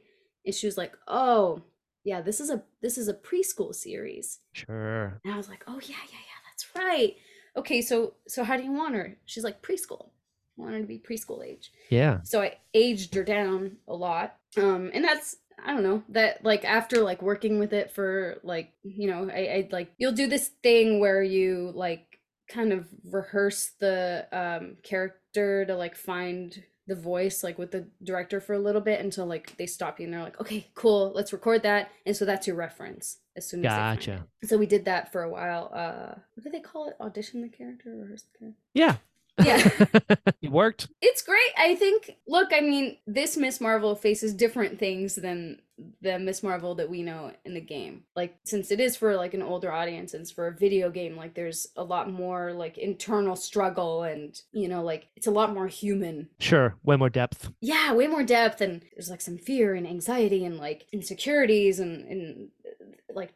Speaker 3: and she was like, "Oh." Yeah, this is a this is a preschool series.
Speaker 1: sure,
Speaker 3: And I was like, oh yeah, yeah, yeah, that's right. Okay, so so how do you want her? She's like preschool. I want her to be preschool age.
Speaker 1: yeah,
Speaker 3: So I aged her down a lot. Um, and that's I don't know that like after like working with it for like you know I I like you'll do this thing where you like kind of rehearse the um character to like find the voice like with the director for a little bit until like they stop you and they're like okay cool let's record that and so that's your reference as soon as they find
Speaker 1: gotcha,
Speaker 3: so we did that for a while. Uh, what do they call it? Audition the character, rehearse the character. [laughs]
Speaker 1: yeah, [laughs]
Speaker 3: Yeah,
Speaker 1: it worked.
Speaker 3: it's great. I think. Look, I mean, this Miss Marvel faces different things than the Miss Marvel that we know in the game. Like, since it is for like an older audience, and it's for a video game. Like, there's a lot more like internal struggle, and you know, like it's a lot more human
Speaker 1: Sure, way more depth. [laughs]
Speaker 3: yeah way more depth and there's like some fear and anxiety and like insecurities and and uh, like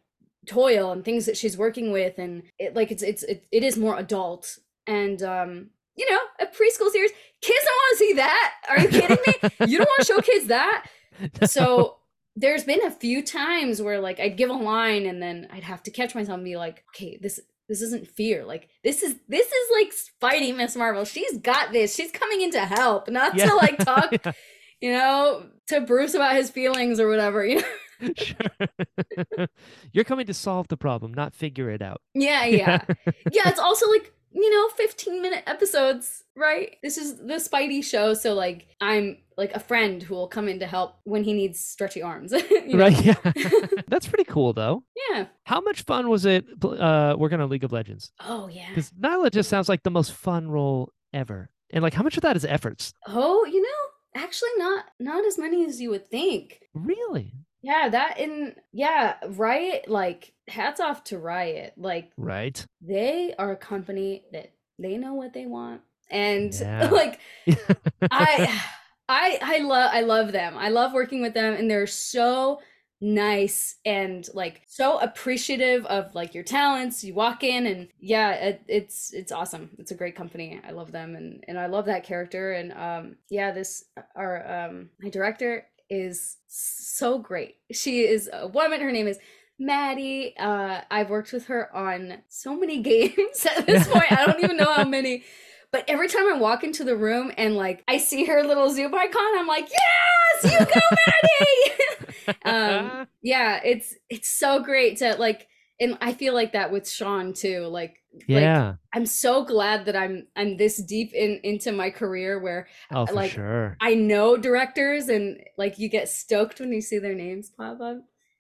Speaker 3: toil and things that she's working with and it like it's it's it, it is more adult and um you know a preschool series kids don't want to see that are you kidding me you don't want to show kids that so there's been a few times where like I'd give a line and then I'd have to catch myself and be like, okay, this this isn't fear. Like this is this is like fighting Miss Marvel. She's got this. She's coming in to help, not
Speaker 1: Yeah.
Speaker 3: to like talk,
Speaker 1: [laughs] Yeah,
Speaker 3: you know, to Bruce about his feelings or whatever. You know? [laughs]
Speaker 1: sure. [laughs] you're coming to solve the problem, not figure it out. [laughs]
Speaker 3: Yeah, yeah. yeah, it's also like, you know, 15 minute episodes, right? This is the Spidey show, so like I'm like a friend who will come in to help when he needs stretchy arms. [laughs] you know?
Speaker 1: right? [laughs] Yeah, that's pretty cool though.
Speaker 3: Yeah.
Speaker 1: [laughs] How much fun was it pl- uh, working on League of
Speaker 3: [sighs]
Speaker 1: Legends?
Speaker 3: Oh yeah.
Speaker 1: Because Nyla just sounds like the most fun role ever. And like, how much of that is efforts?
Speaker 3: Oh, you know, actually not not as many as you would think.
Speaker 1: Really?
Speaker 3: Yeah, that in yeah, Riot like hats off to Riot. Like
Speaker 1: Right.
Speaker 3: they are a company that they know what they want and [laughs]
Speaker 1: Yeah.
Speaker 3: like I I I love I love them. I love working with them and they're so nice and like so appreciative of like your talents. You walk in and yeah, it, it's it's awesome. It's a great company. I love them and and I love that character and um yeah, this our um my director is so great. She is a woman. Her name is Maddie. Uh, I've worked with her on so many [laughs] games at this point. I don't even know how many. But every time I walk into the room and like I see her little Zoom icon, I'm like, yes, you go,
Speaker 1: [laughs]
Speaker 3: Maddie. [laughs] Um, yeah, it's it's so great to like, and I feel like that with Sean too. Like,
Speaker 1: yeah.
Speaker 3: I'm so glad that I'm I'm this deep in into my career where
Speaker 1: oh, for
Speaker 3: like,
Speaker 1: sure.
Speaker 3: I know directors and like you get stoked when you see their names pop up.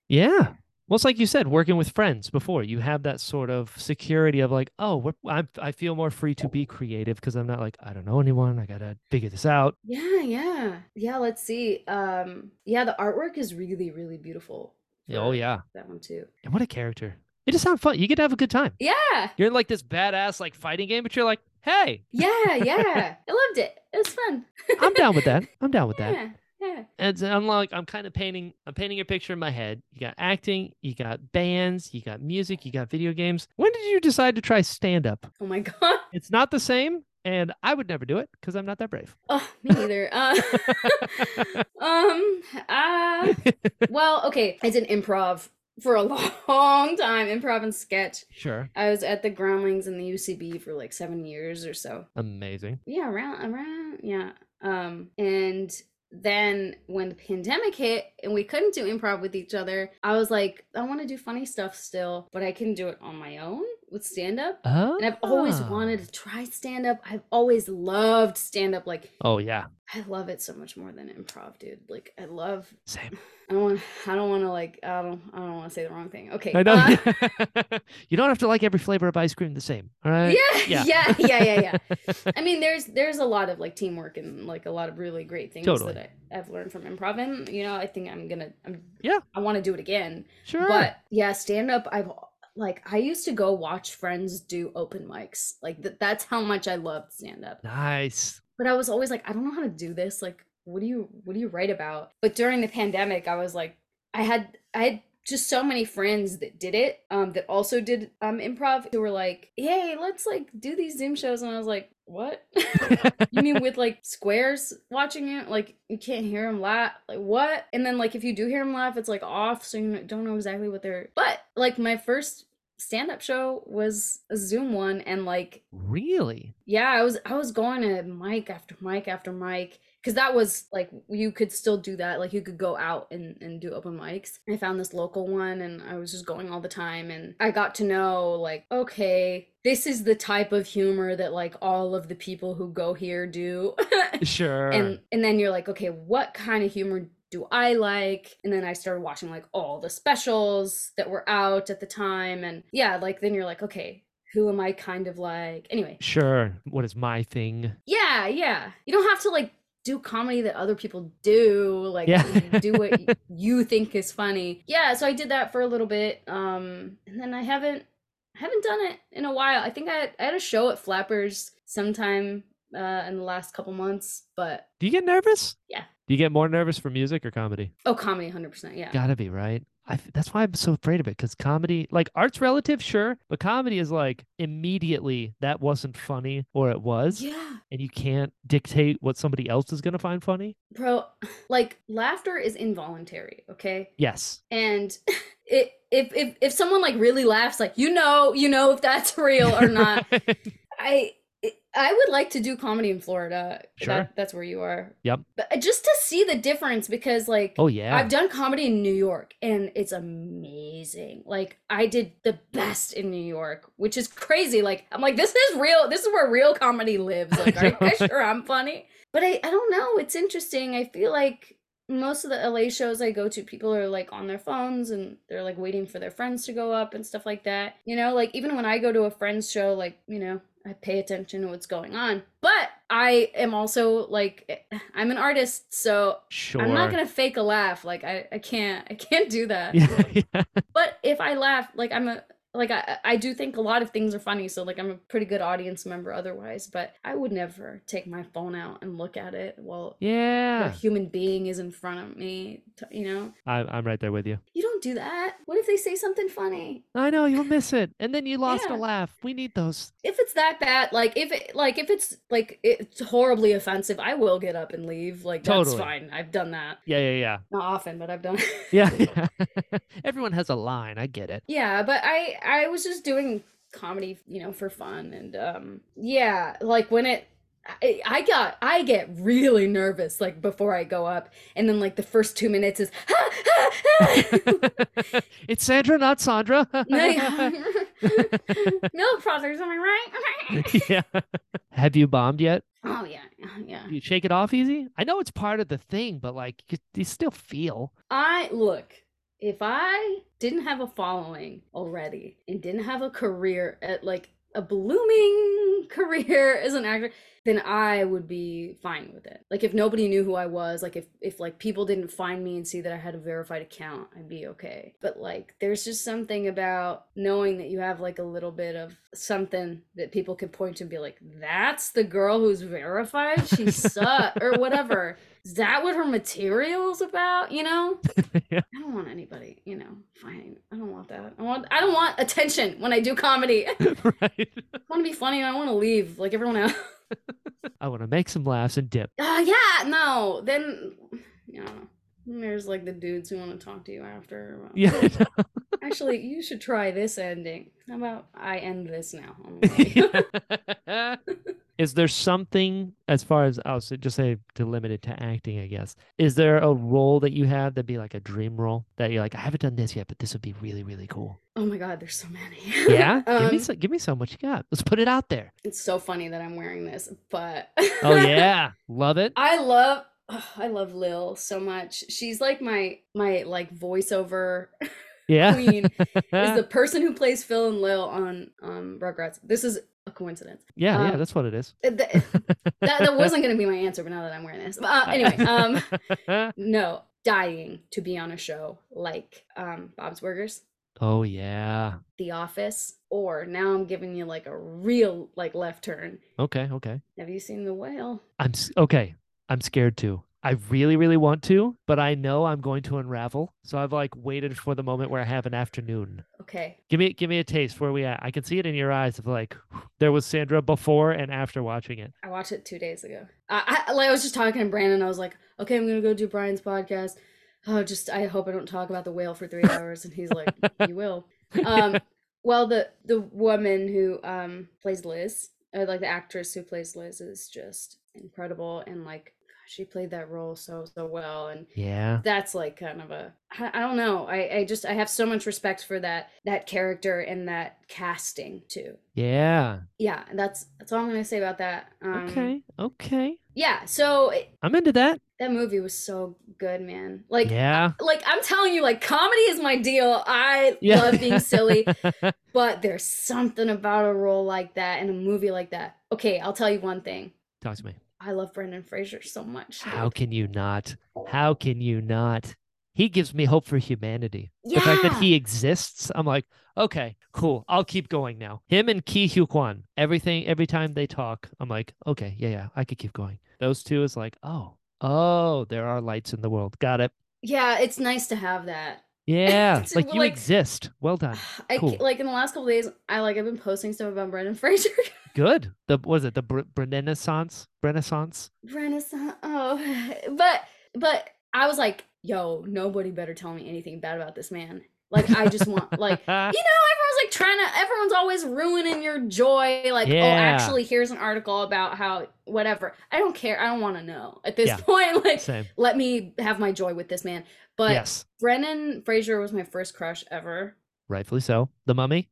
Speaker 1: Yeah. Well, it's like you said, working with friends before, you have that sort of security of like, oh, we're, I'm, I feel more free to be creative because I'm not like, I don't know anyone. I got to figure this out.
Speaker 3: Yeah, yeah. Yeah, let's see. Um yeah, the artwork is really really beautiful.
Speaker 1: Yeah, Oh,
Speaker 3: for
Speaker 1: yeah.
Speaker 3: That one too.
Speaker 1: And what a character. It just sounds fun. You get to have a good time.
Speaker 3: Yeah.
Speaker 1: You're in like this badass like fighting game, but you're like, hey,
Speaker 3: Yeah, yeah. I loved it. It was fun.
Speaker 1: I'm down with that. I'm down with that.
Speaker 3: Yeah. Yeah.
Speaker 1: And so I'm like, I'm kind of painting, I'm painting a picture in my head. You got acting, you got bands, you got music, you got video games. When did you decide to try stand up?
Speaker 3: Oh my god. [laughs]
Speaker 1: It's not the same, and I would never do it because I'm not that brave.
Speaker 3: Oh, me neither. Uh, [laughs] um uh well, okay. I did improv for a [laughs] long time, improv and sketch.
Speaker 1: [laughs] Sure.
Speaker 3: I was at the Groundlings in the UCB for like 7 years or so.
Speaker 1: Amazing.
Speaker 3: yeah around around yeah um and then when the pandemic hit and we couldn't do improv with each other i was like i want to do funny stuff still but i can do it on my own with stand up
Speaker 1: Oh.
Speaker 3: and i've always wanted to try stand up i've always loved stand up like
Speaker 1: Oh, yeah.
Speaker 3: i love it so much more than improv dude like i love
Speaker 1: Same.
Speaker 3: i don't want i don't want to like i don't i don't want to say the wrong thing okay
Speaker 1: I know. [laughs]
Speaker 3: uh,
Speaker 1: you don't have to like every flavor of ice cream the same. All right.
Speaker 3: yeah [laughs] yeah yeah yeah yeah
Speaker 1: [laughs]
Speaker 3: I mean, there's there's a lot of like teamwork and like a lot of really great things
Speaker 1: Totally.
Speaker 3: that I, I've learned from improv, and you know, I think I'm gonna, I'm,
Speaker 1: Yeah.
Speaker 3: I want to do it again.
Speaker 1: sure.
Speaker 3: But yeah, stand up, I've like I used to go watch friends do open mics. Like th- that's how much I loved stand up. [laughs]
Speaker 1: Nice.
Speaker 3: But I was always like, I don't know how to do this. Like, what do you what do you write about? But during the pandemic, I was like, I had I had just so many friends that did it, um, that also did um improv who were like, Hey, let's like do these Zoom shows and I was like, What? [laughs] you mean with like squares watching it like you can't hear them laugh like what and then like if you do hear them laugh it's like off so you don't know exactly what they're but like my first stand-up show was a zoom one and like
Speaker 1: really?
Speaker 3: yeah i was i was going to mic after mic after mic because that was like you could still do that like you could go out and, and do open mics i found this local one and i was just going all the time and i got to know like okay this is the type of humor that like all of the people who go here do [laughs]
Speaker 1: Sure.
Speaker 3: and and then you're like okay what kind of humor do i like and then i started watching like all the specials that were out at the time and yeah like then you're like okay who am i kind of like anyway
Speaker 1: sure. What is my thing?
Speaker 3: yeah yeah you don't have to like do comedy that other people do like
Speaker 1: Yeah.
Speaker 3: you do what y- you think is funny yeah so i did that for a little bit um and then i haven't I haven't done it in a while i think i, I had a show at flappers sometime uh in the last couple months but
Speaker 1: Do you get nervous?
Speaker 3: Yeah.
Speaker 1: Do you get more nervous for music or comedy?
Speaker 3: oh comedy 100% yeah
Speaker 1: Gotta be right. I f that's why I'm so afraid of it because comedy, like art's relative, sure, but comedy is like immediately that wasn't funny or it was,
Speaker 3: Yeah,
Speaker 1: and you can't dictate what somebody else is gonna find funny.
Speaker 3: bro. [sighs] Like laughter is involuntary, okay?
Speaker 1: Yes,
Speaker 3: And [laughs] it if if if someone like really laughs, like you know, you know if that's real or not. I it- I would like to do comedy in Florida.
Speaker 1: Sure.
Speaker 3: That, that's where you are.
Speaker 1: Yep.
Speaker 3: But uh, just to see the difference, because like
Speaker 1: [laughs] oh yeah,
Speaker 3: I've done comedy in New York and it's amazing. Like I did the best in New York, which is crazy. Like I'm like, this is real. This is where real comedy lives. Like, are you guys sure I'm funny? But I, I don't know. It's interesting. I feel like most of the LA shows I go to, people are like on their phones and they're like waiting for their friends to go up and stuff like that. You know, like even when I go to a friend's show, like, you know, I pay attention to what's going on. But I am also like, eh, I'm an artist. So
Speaker 1: sure.
Speaker 3: I'm not gonna fake a laugh. Like I, I can't I can't do that.
Speaker 1: [laughs] Yeah, yeah.
Speaker 3: [laughs] But if I laugh, like I'm a like I, I do think a lot of things are funny, so like I'm a pretty good audience member otherwise, but I would never take my phone out and look at it while a
Speaker 1: yeah.
Speaker 3: human being is in front of me. t- You know?
Speaker 1: I'm I'm right there with you.
Speaker 3: You don't do that. What if they say something funny?
Speaker 1: I know you'll miss it, and then you lost
Speaker 3: Yeah.
Speaker 1: a laugh. We need those.
Speaker 3: If it's that bad, like if it like if it's like it's horribly offensive, I will get up and leave. Like that's
Speaker 1: Totally.
Speaker 3: fine. I've done that.
Speaker 1: Yeah, yeah, yeah. [laughs]
Speaker 3: Not often, but I've done [laughs] it.
Speaker 1: Yeah. yeah. [laughs] Everyone has a line. I get it.
Speaker 3: yeah but i i was just doing comedy you know for fun and um yeah like when it I, I got i get really nervous like before i go up and then like the first two minutes is [laughs]
Speaker 1: [laughs] it's Sandra, not Sandra.
Speaker 3: [laughs] milk products am i
Speaker 1: [laughs]
Speaker 3: right [laughs]
Speaker 1: yeah. [laughs] Have you bombed yet?
Speaker 3: oh yeah oh, yeah
Speaker 1: Do you shake it off easy? I know it's part of the thing, but like you, you still feel.
Speaker 3: i look if i didn't have a following already and didn't have a career at like a blooming [laughs] career as an actor then I would be fine with it. Like if nobody knew who I was, like if if like people didn't find me and see that I had a verified account, I'd be okay. But like there's just something about knowing that you have like a little bit of something that people can point to and be like, "That's the girl who's verified. She suck or whatever." Is that what her material's about? You know,
Speaker 1: Yeah.
Speaker 3: I don't want anybody. You know, fine. I don't want that. I want. I don't want attention when I do comedy. [laughs] I
Speaker 1: [laughs] right.
Speaker 3: want to be funny. and I want to leave like everyone else. [laughs]
Speaker 1: I want to make some laughs and [laughs] dip.
Speaker 3: Uh, yeah, no. Then, you know, then there's like the dudes who want to talk to you after.
Speaker 1: [laughs]
Speaker 3: about-
Speaker 1: Yeah.
Speaker 3: Actually, you should try this ending. How about I end this now? Oh on
Speaker 1: [laughs]
Speaker 3: the way?
Speaker 1: is there something as far as I'll say, just say to limit it to acting, I guess. Is there a role that you have that'd be like a dream role that you're like, I haven't done this yet, but this would be really, really [laughs] cool.
Speaker 3: [laughs] oh my god, there's so many. [laughs]
Speaker 1: Yeah. give me
Speaker 3: um,
Speaker 1: so, give me so much you got. Let's put it out there.
Speaker 3: it's so funny that I'm wearing this, but [laughs]
Speaker 1: [laughs] Oh yeah. Love it.
Speaker 3: I love ugh, I love Lil so much. She's like my my like voiceover
Speaker 1: Yeah.
Speaker 3: queen.
Speaker 1: Eh,
Speaker 3: is the person who plays Phil and Lil on um Rugrats. This is a coincidence.
Speaker 1: yeah, yeah,
Speaker 3: um,
Speaker 1: that's what it is. [laughs]
Speaker 3: Uh, th- that, that wasn't going to be my answer, but now that I'm wearing this. Uh, anyway,
Speaker 1: [laughs]
Speaker 3: um, no, dying to be on a show like um, Bob's Burgers.
Speaker 1: Oh yeah.
Speaker 3: The Office, or now I'm giving you like a real like left turn.
Speaker 1: Okay. Okay.
Speaker 3: Have you seen The Whale?
Speaker 1: I'm s- okay. I'm scared too. I really, really want to, but I know I'm going to unravel. So I've like waited for the moment where I have an afternoon.
Speaker 3: Okay.
Speaker 1: Give me, give me a taste. Where we at? I can see it in your eyes of like [sighs] there was Sandra before and after watching it.
Speaker 3: I watched it two days ago. I, I like I was just talking to Brandon. I was like, okay, I'm gonna go do Brian's podcast. Oh, just I hope I don't talk about the whale for three hours. And he's like, you will. Um, well, the the woman who um plays Liz, or like the actress who plays Liz, is just incredible. And like she played that role so so well. And
Speaker 1: Yeah.
Speaker 3: that's like kind of a I I don't know. I I just I have so much respect for that that character and that casting too.
Speaker 1: Yeah.
Speaker 3: Yeah, that's that's all I'm gonna say about that. Um,
Speaker 1: Okay. Okay.
Speaker 3: yeah so it,
Speaker 1: I'm into that.
Speaker 3: that movie was so good man like
Speaker 1: yeah.
Speaker 3: like i'm telling you like comedy is my deal i
Speaker 1: [laughs] Yeah.
Speaker 3: love being silly
Speaker 1: [laughs]
Speaker 3: but there's something about a role like that in a movie like that okay i'll tell you one thing
Speaker 1: Talk to me.
Speaker 3: i love brendan fraser so much
Speaker 1: How
Speaker 3: dude.
Speaker 1: can you not? How can you not? He gives me hope for humanity. The fact that
Speaker 3: Yeah.
Speaker 1: he exists, I'm like, okay, cool. I'll keep going now. Him and Ki Hugh Kwan, everything, every time they talk, I'm like, okay, yeah, yeah, I could keep going. Those two is like, oh, oh, there are lights in the world. Got
Speaker 3: [laughs]
Speaker 1: it.
Speaker 3: yeah it's nice to have that
Speaker 1: Yeah.
Speaker 3: So
Speaker 1: like you
Speaker 3: like-
Speaker 1: exist. Well done.
Speaker 3: [sighs] I c-
Speaker 1: Uh, Cool.
Speaker 3: like in the last couple days i like i've been posting stuff about brendan [laughs] fraser
Speaker 1: Good. The was it the Br- Renaissance? Renaissance?
Speaker 3: Renaissance. Oh, [laughs] but but I was like, yo, nobody better tell me anything bad about this man. Like I just want
Speaker 1: [laughs]
Speaker 3: like you know everyone's like trying to everyone's always ruining your joy. Like oh,
Speaker 1: Yeah.
Speaker 3: actually, here's an article about how whatever. I don't care. I don't want to know at this
Speaker 1: Yeah.
Speaker 3: point. [laughs] Like
Speaker 1: Same.
Speaker 3: let me have my joy with this man. But
Speaker 1: yes.
Speaker 3: Brennan Fraser was my first crush ever.
Speaker 1: Rightfully so. The mummy?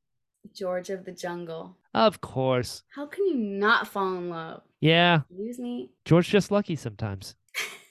Speaker 3: George of the Jungle.
Speaker 1: Of course.
Speaker 3: How can you not fall in love?
Speaker 1: Yeah.
Speaker 3: Use me.
Speaker 1: George just lucky sometimes.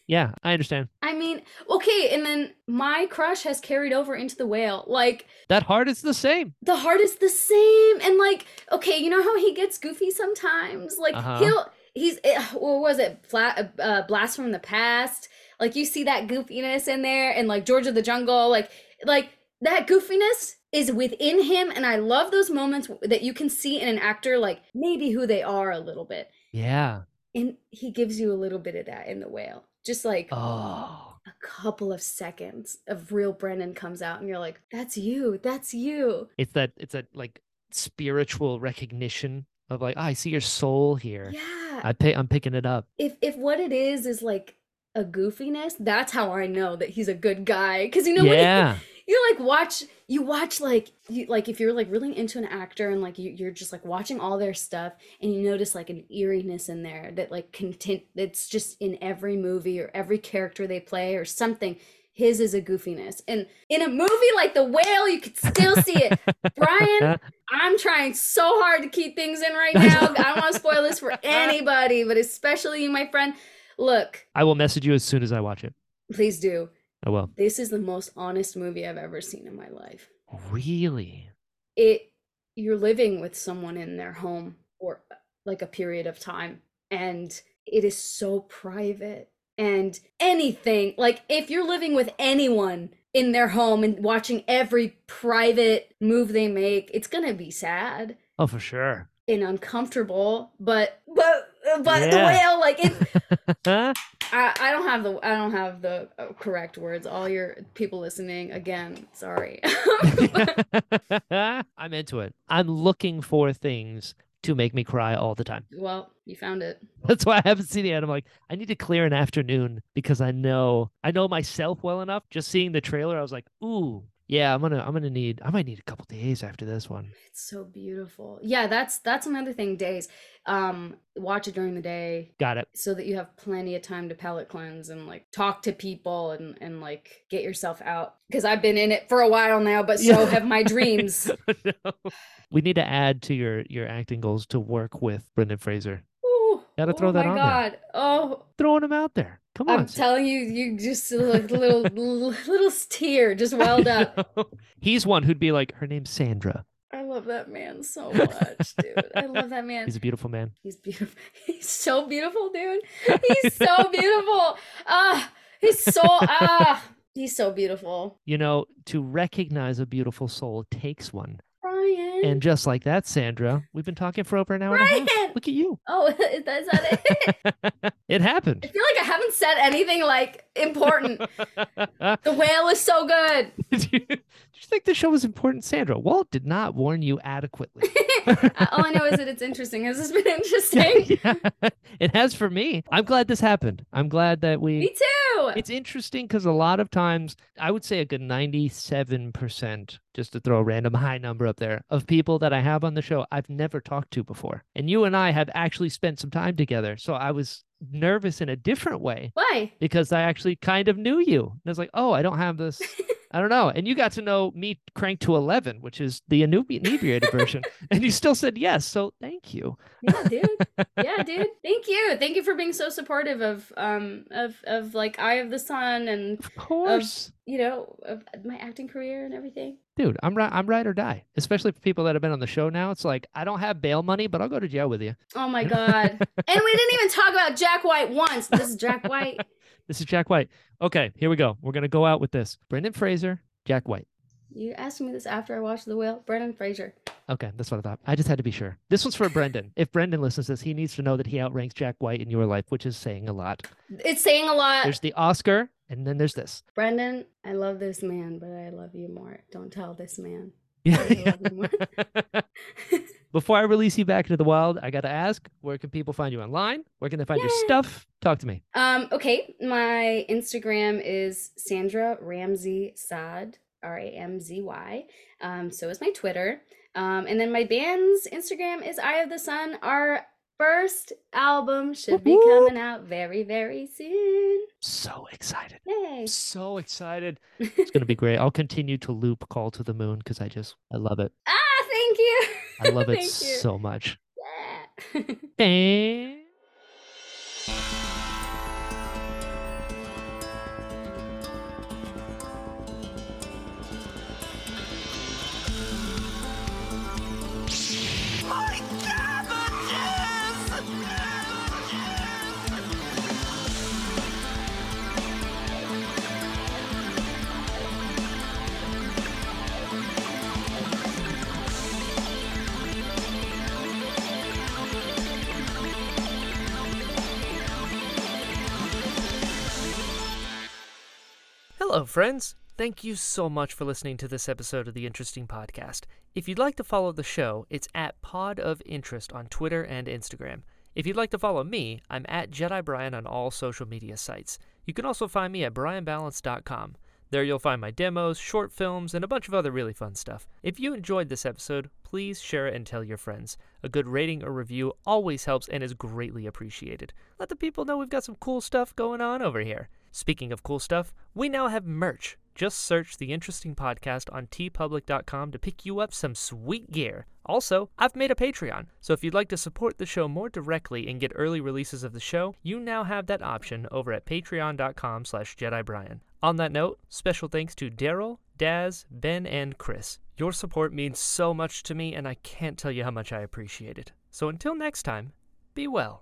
Speaker 1: Yeah, I understand.
Speaker 3: I mean, okay, and then my crush has carried over into the whale. Like
Speaker 1: That heart is the same.
Speaker 3: the heart is the same, and like okay, you know how he gets goofy sometimes. Like
Speaker 1: Uh-huh.
Speaker 3: he'll he's eh, what was it? Bla- uh, blast from the past. Like you see that goofiness in there, and like George of the Jungle, like like that goofiness is within him, and I love those moments w- that you can see in an actor, like maybe who they are a little bit,
Speaker 1: Yeah.
Speaker 3: and he gives you a little bit of that in the whale. Just like
Speaker 1: Oh.
Speaker 3: a couple of seconds of real Brennan comes out and you're like, that's you, that's you.
Speaker 1: It's that it's that like spiritual recognition of like, "Ah, I see your soul here.
Speaker 3: Yeah.
Speaker 1: I pay I'm picking it up.
Speaker 3: If if what it is is like a goofiness, that's how I know that he's a good guy. Cause you know when you-
Speaker 1: yeah.
Speaker 3: you like watch you watch like you like if you're like really into an actor and like you, you're just like watching all their stuff and you notice like an eeriness in there that like content that's just in every movie or every character they play or something his is a goofiness and in a movie like the whale you could still see it brian i'm trying so hard to keep things in right now i don't want to spoil this for anybody but especially you my friend look
Speaker 1: I will message you as soon as I watch it.
Speaker 3: please do
Speaker 1: I will.
Speaker 3: this is the most honest movie i've ever seen in my life
Speaker 1: Really?
Speaker 3: it you're living with someone in their home for uh, like a period of time and it is so private and anything like if you're living with anyone in their home and watching every private move they make it's going to be sad
Speaker 1: Oh, for [laughs] sure.
Speaker 3: and uncomfortable but but uh, but the
Speaker 1: Yeah.
Speaker 3: whale like it
Speaker 1: Huh?
Speaker 3: I, I don't have the I don't have the uh, correct words all your people listening again sorry [laughs]
Speaker 1: I'm into it. I'm looking for things to make me cry all the time.
Speaker 3: well you found it
Speaker 1: [laughs] That's why I haven't seen it yet. I'm like, I need to clear an afternoon because I know I know myself well enough. Just seeing the trailer, I was like, ooh, yeah, I'm gonna I'm gonna need I might need a couple days after this one.
Speaker 3: It's so beautiful. Yeah, that's that's another thing. Days, um, watch it during the day
Speaker 1: Got it.
Speaker 3: so that you have plenty of time to palate cleanse and like talk to people and and like get yourself out. Because I've been in it for a while now, but so
Speaker 1: Yeah.
Speaker 3: have
Speaker 1: [laughs]
Speaker 3: my dreams.
Speaker 1: No. We need to add to your your acting goals to work with Brendan Fraser.
Speaker 3: Ooh,
Speaker 1: Gotta throw
Speaker 3: oh
Speaker 1: that
Speaker 3: my
Speaker 1: on there.
Speaker 3: god! Oh,
Speaker 1: Throwing him out there. Come on.
Speaker 3: I'm telling you, you just
Speaker 1: [laughs]
Speaker 3: like little little tear just welled up.
Speaker 1: He's one who'd be like, her name's Sandra.
Speaker 3: I love that man so much, dude. I love that man.
Speaker 1: He's a beautiful man.
Speaker 3: He's beautiful. [laughs] He's [laughs] so beautiful, dude. He's so beautiful. Ah, his soul. Ah, He's so beautiful.
Speaker 2: You know, to recognize a beautiful soul takes one.
Speaker 3: Brian.
Speaker 2: And just like that, Sandra, we've been talking for over an hour and a half.
Speaker 3: Brian!
Speaker 2: Look at you.
Speaker 3: Oh, [laughs] is that, is that it?
Speaker 2: [laughs] it happened.
Speaker 3: I feel like I haven't said anything like important. The whale is so good.
Speaker 2: did, you, did you think the show was important, Sandra? Walt did not warn you
Speaker 3: [laughs]
Speaker 2: adequately.
Speaker 3: Uh, All I know is that it's interesting. Has this been [laughs]
Speaker 2: [laughs]
Speaker 3: interesting?
Speaker 2: Yeah, it has for me. I'm glad this happened. I'm glad that
Speaker 3: Me
Speaker 2: we.
Speaker 3: too.
Speaker 2: It's interesting because a lot of times, I would say a good 97%, just to throw a random high number up there, of people that I have on the show I've never talked to before. And you and I have actually spent some time together. So I was nervous in a different way
Speaker 3: Why?
Speaker 2: because I actually kind of knew you. And I was like, oh, I don't have this. I don't know. And you got to know me cranked to 11, which is the inebi- inebriated version. And you still said yes. So thank you.
Speaker 3: Yeah, dude. Yeah, dude. Thank you. Thank you for being so supportive of um of of like Eye of the Sun and
Speaker 2: Of course.
Speaker 3: you know of my acting career and everything.
Speaker 2: Dude, I'm right. I'm ride or die, especially for people that have been on the show now. It's like I don't have bail money, but I'll go to jail with you.
Speaker 3: Oh
Speaker 2: [laughs]
Speaker 3: my god. and we didn't even talk about Jack White once. This is Jack White. [laughs]
Speaker 2: This is Jack White. Okay, here we go. We're gonna go out with this. Brendan Fraser, Jack White.
Speaker 3: You asked me this after I watched The Whale. Brendan Fraser.
Speaker 2: Okay, that's what I thought. I just had to be sure. This one's for Brendan. If Brendan listens to this, he needs to know that he outranks Jack White in your life, which is saying a lot.
Speaker 3: It's saying a lot.
Speaker 2: There's the Oscar, and then there's this.
Speaker 3: Brendan, I love this man, but I love you more. Don't tell
Speaker 2: [laughs]
Speaker 3: this man.
Speaker 2: Yeah.
Speaker 3: I love you more.
Speaker 2: yeah. Before I release you back into the wild, I gotta ask, where can people find you online? Where can they find your
Speaker 3: Yeah.
Speaker 2: stuff? Talk to me.
Speaker 3: Um, okay, my Instagram is Sandra Ramsey Saad, R A M Z Y. Um, so is my Twitter. Um, and then my band's Instagram is Eye of the Sun. Our first album should be
Speaker 2: Woohoo!
Speaker 3: coming out very, very soon.
Speaker 2: So excited.
Speaker 3: Yay.
Speaker 2: So excited. It's going to be great. I'll continue to loop Call to the Moon because I just, I love it.
Speaker 3: ah, thank you.
Speaker 2: I love it
Speaker 3: [laughs] Thank you.
Speaker 2: so much.
Speaker 3: Yeah. [laughs]
Speaker 2: And
Speaker 1: Hello, friends. Thank you so much for listening to this episode of the Interesting Podcast. If you'd like to follow the show, it's at Pod of Interest on Twitter and Instagram. If you'd like to follow me, I'm at Jedi Brian on all social media sites. You can also find me at brianbalance.com. There you'll find my demos, short films, and a bunch of other really fun stuff. If you enjoyed this episode, please share it and tell your friends. A good rating or review always helps and is greatly appreciated. Let the people know we've got some cool stuff going on over here. Speaking of cool stuff, we now have merch. Just search the interesting podcast on tpublic.com to pick you up some sweet gear. Also, I've made a Patreon, so if you'd like to support the show more directly and get early releases of the show, you now have that option over at patreon.com slash jedibrian. On that note, special thanks to Daryl, Daz, Ben, and Chris. Your support means so much to me, and I can't tell you how much I appreciate it. So until next time, be well.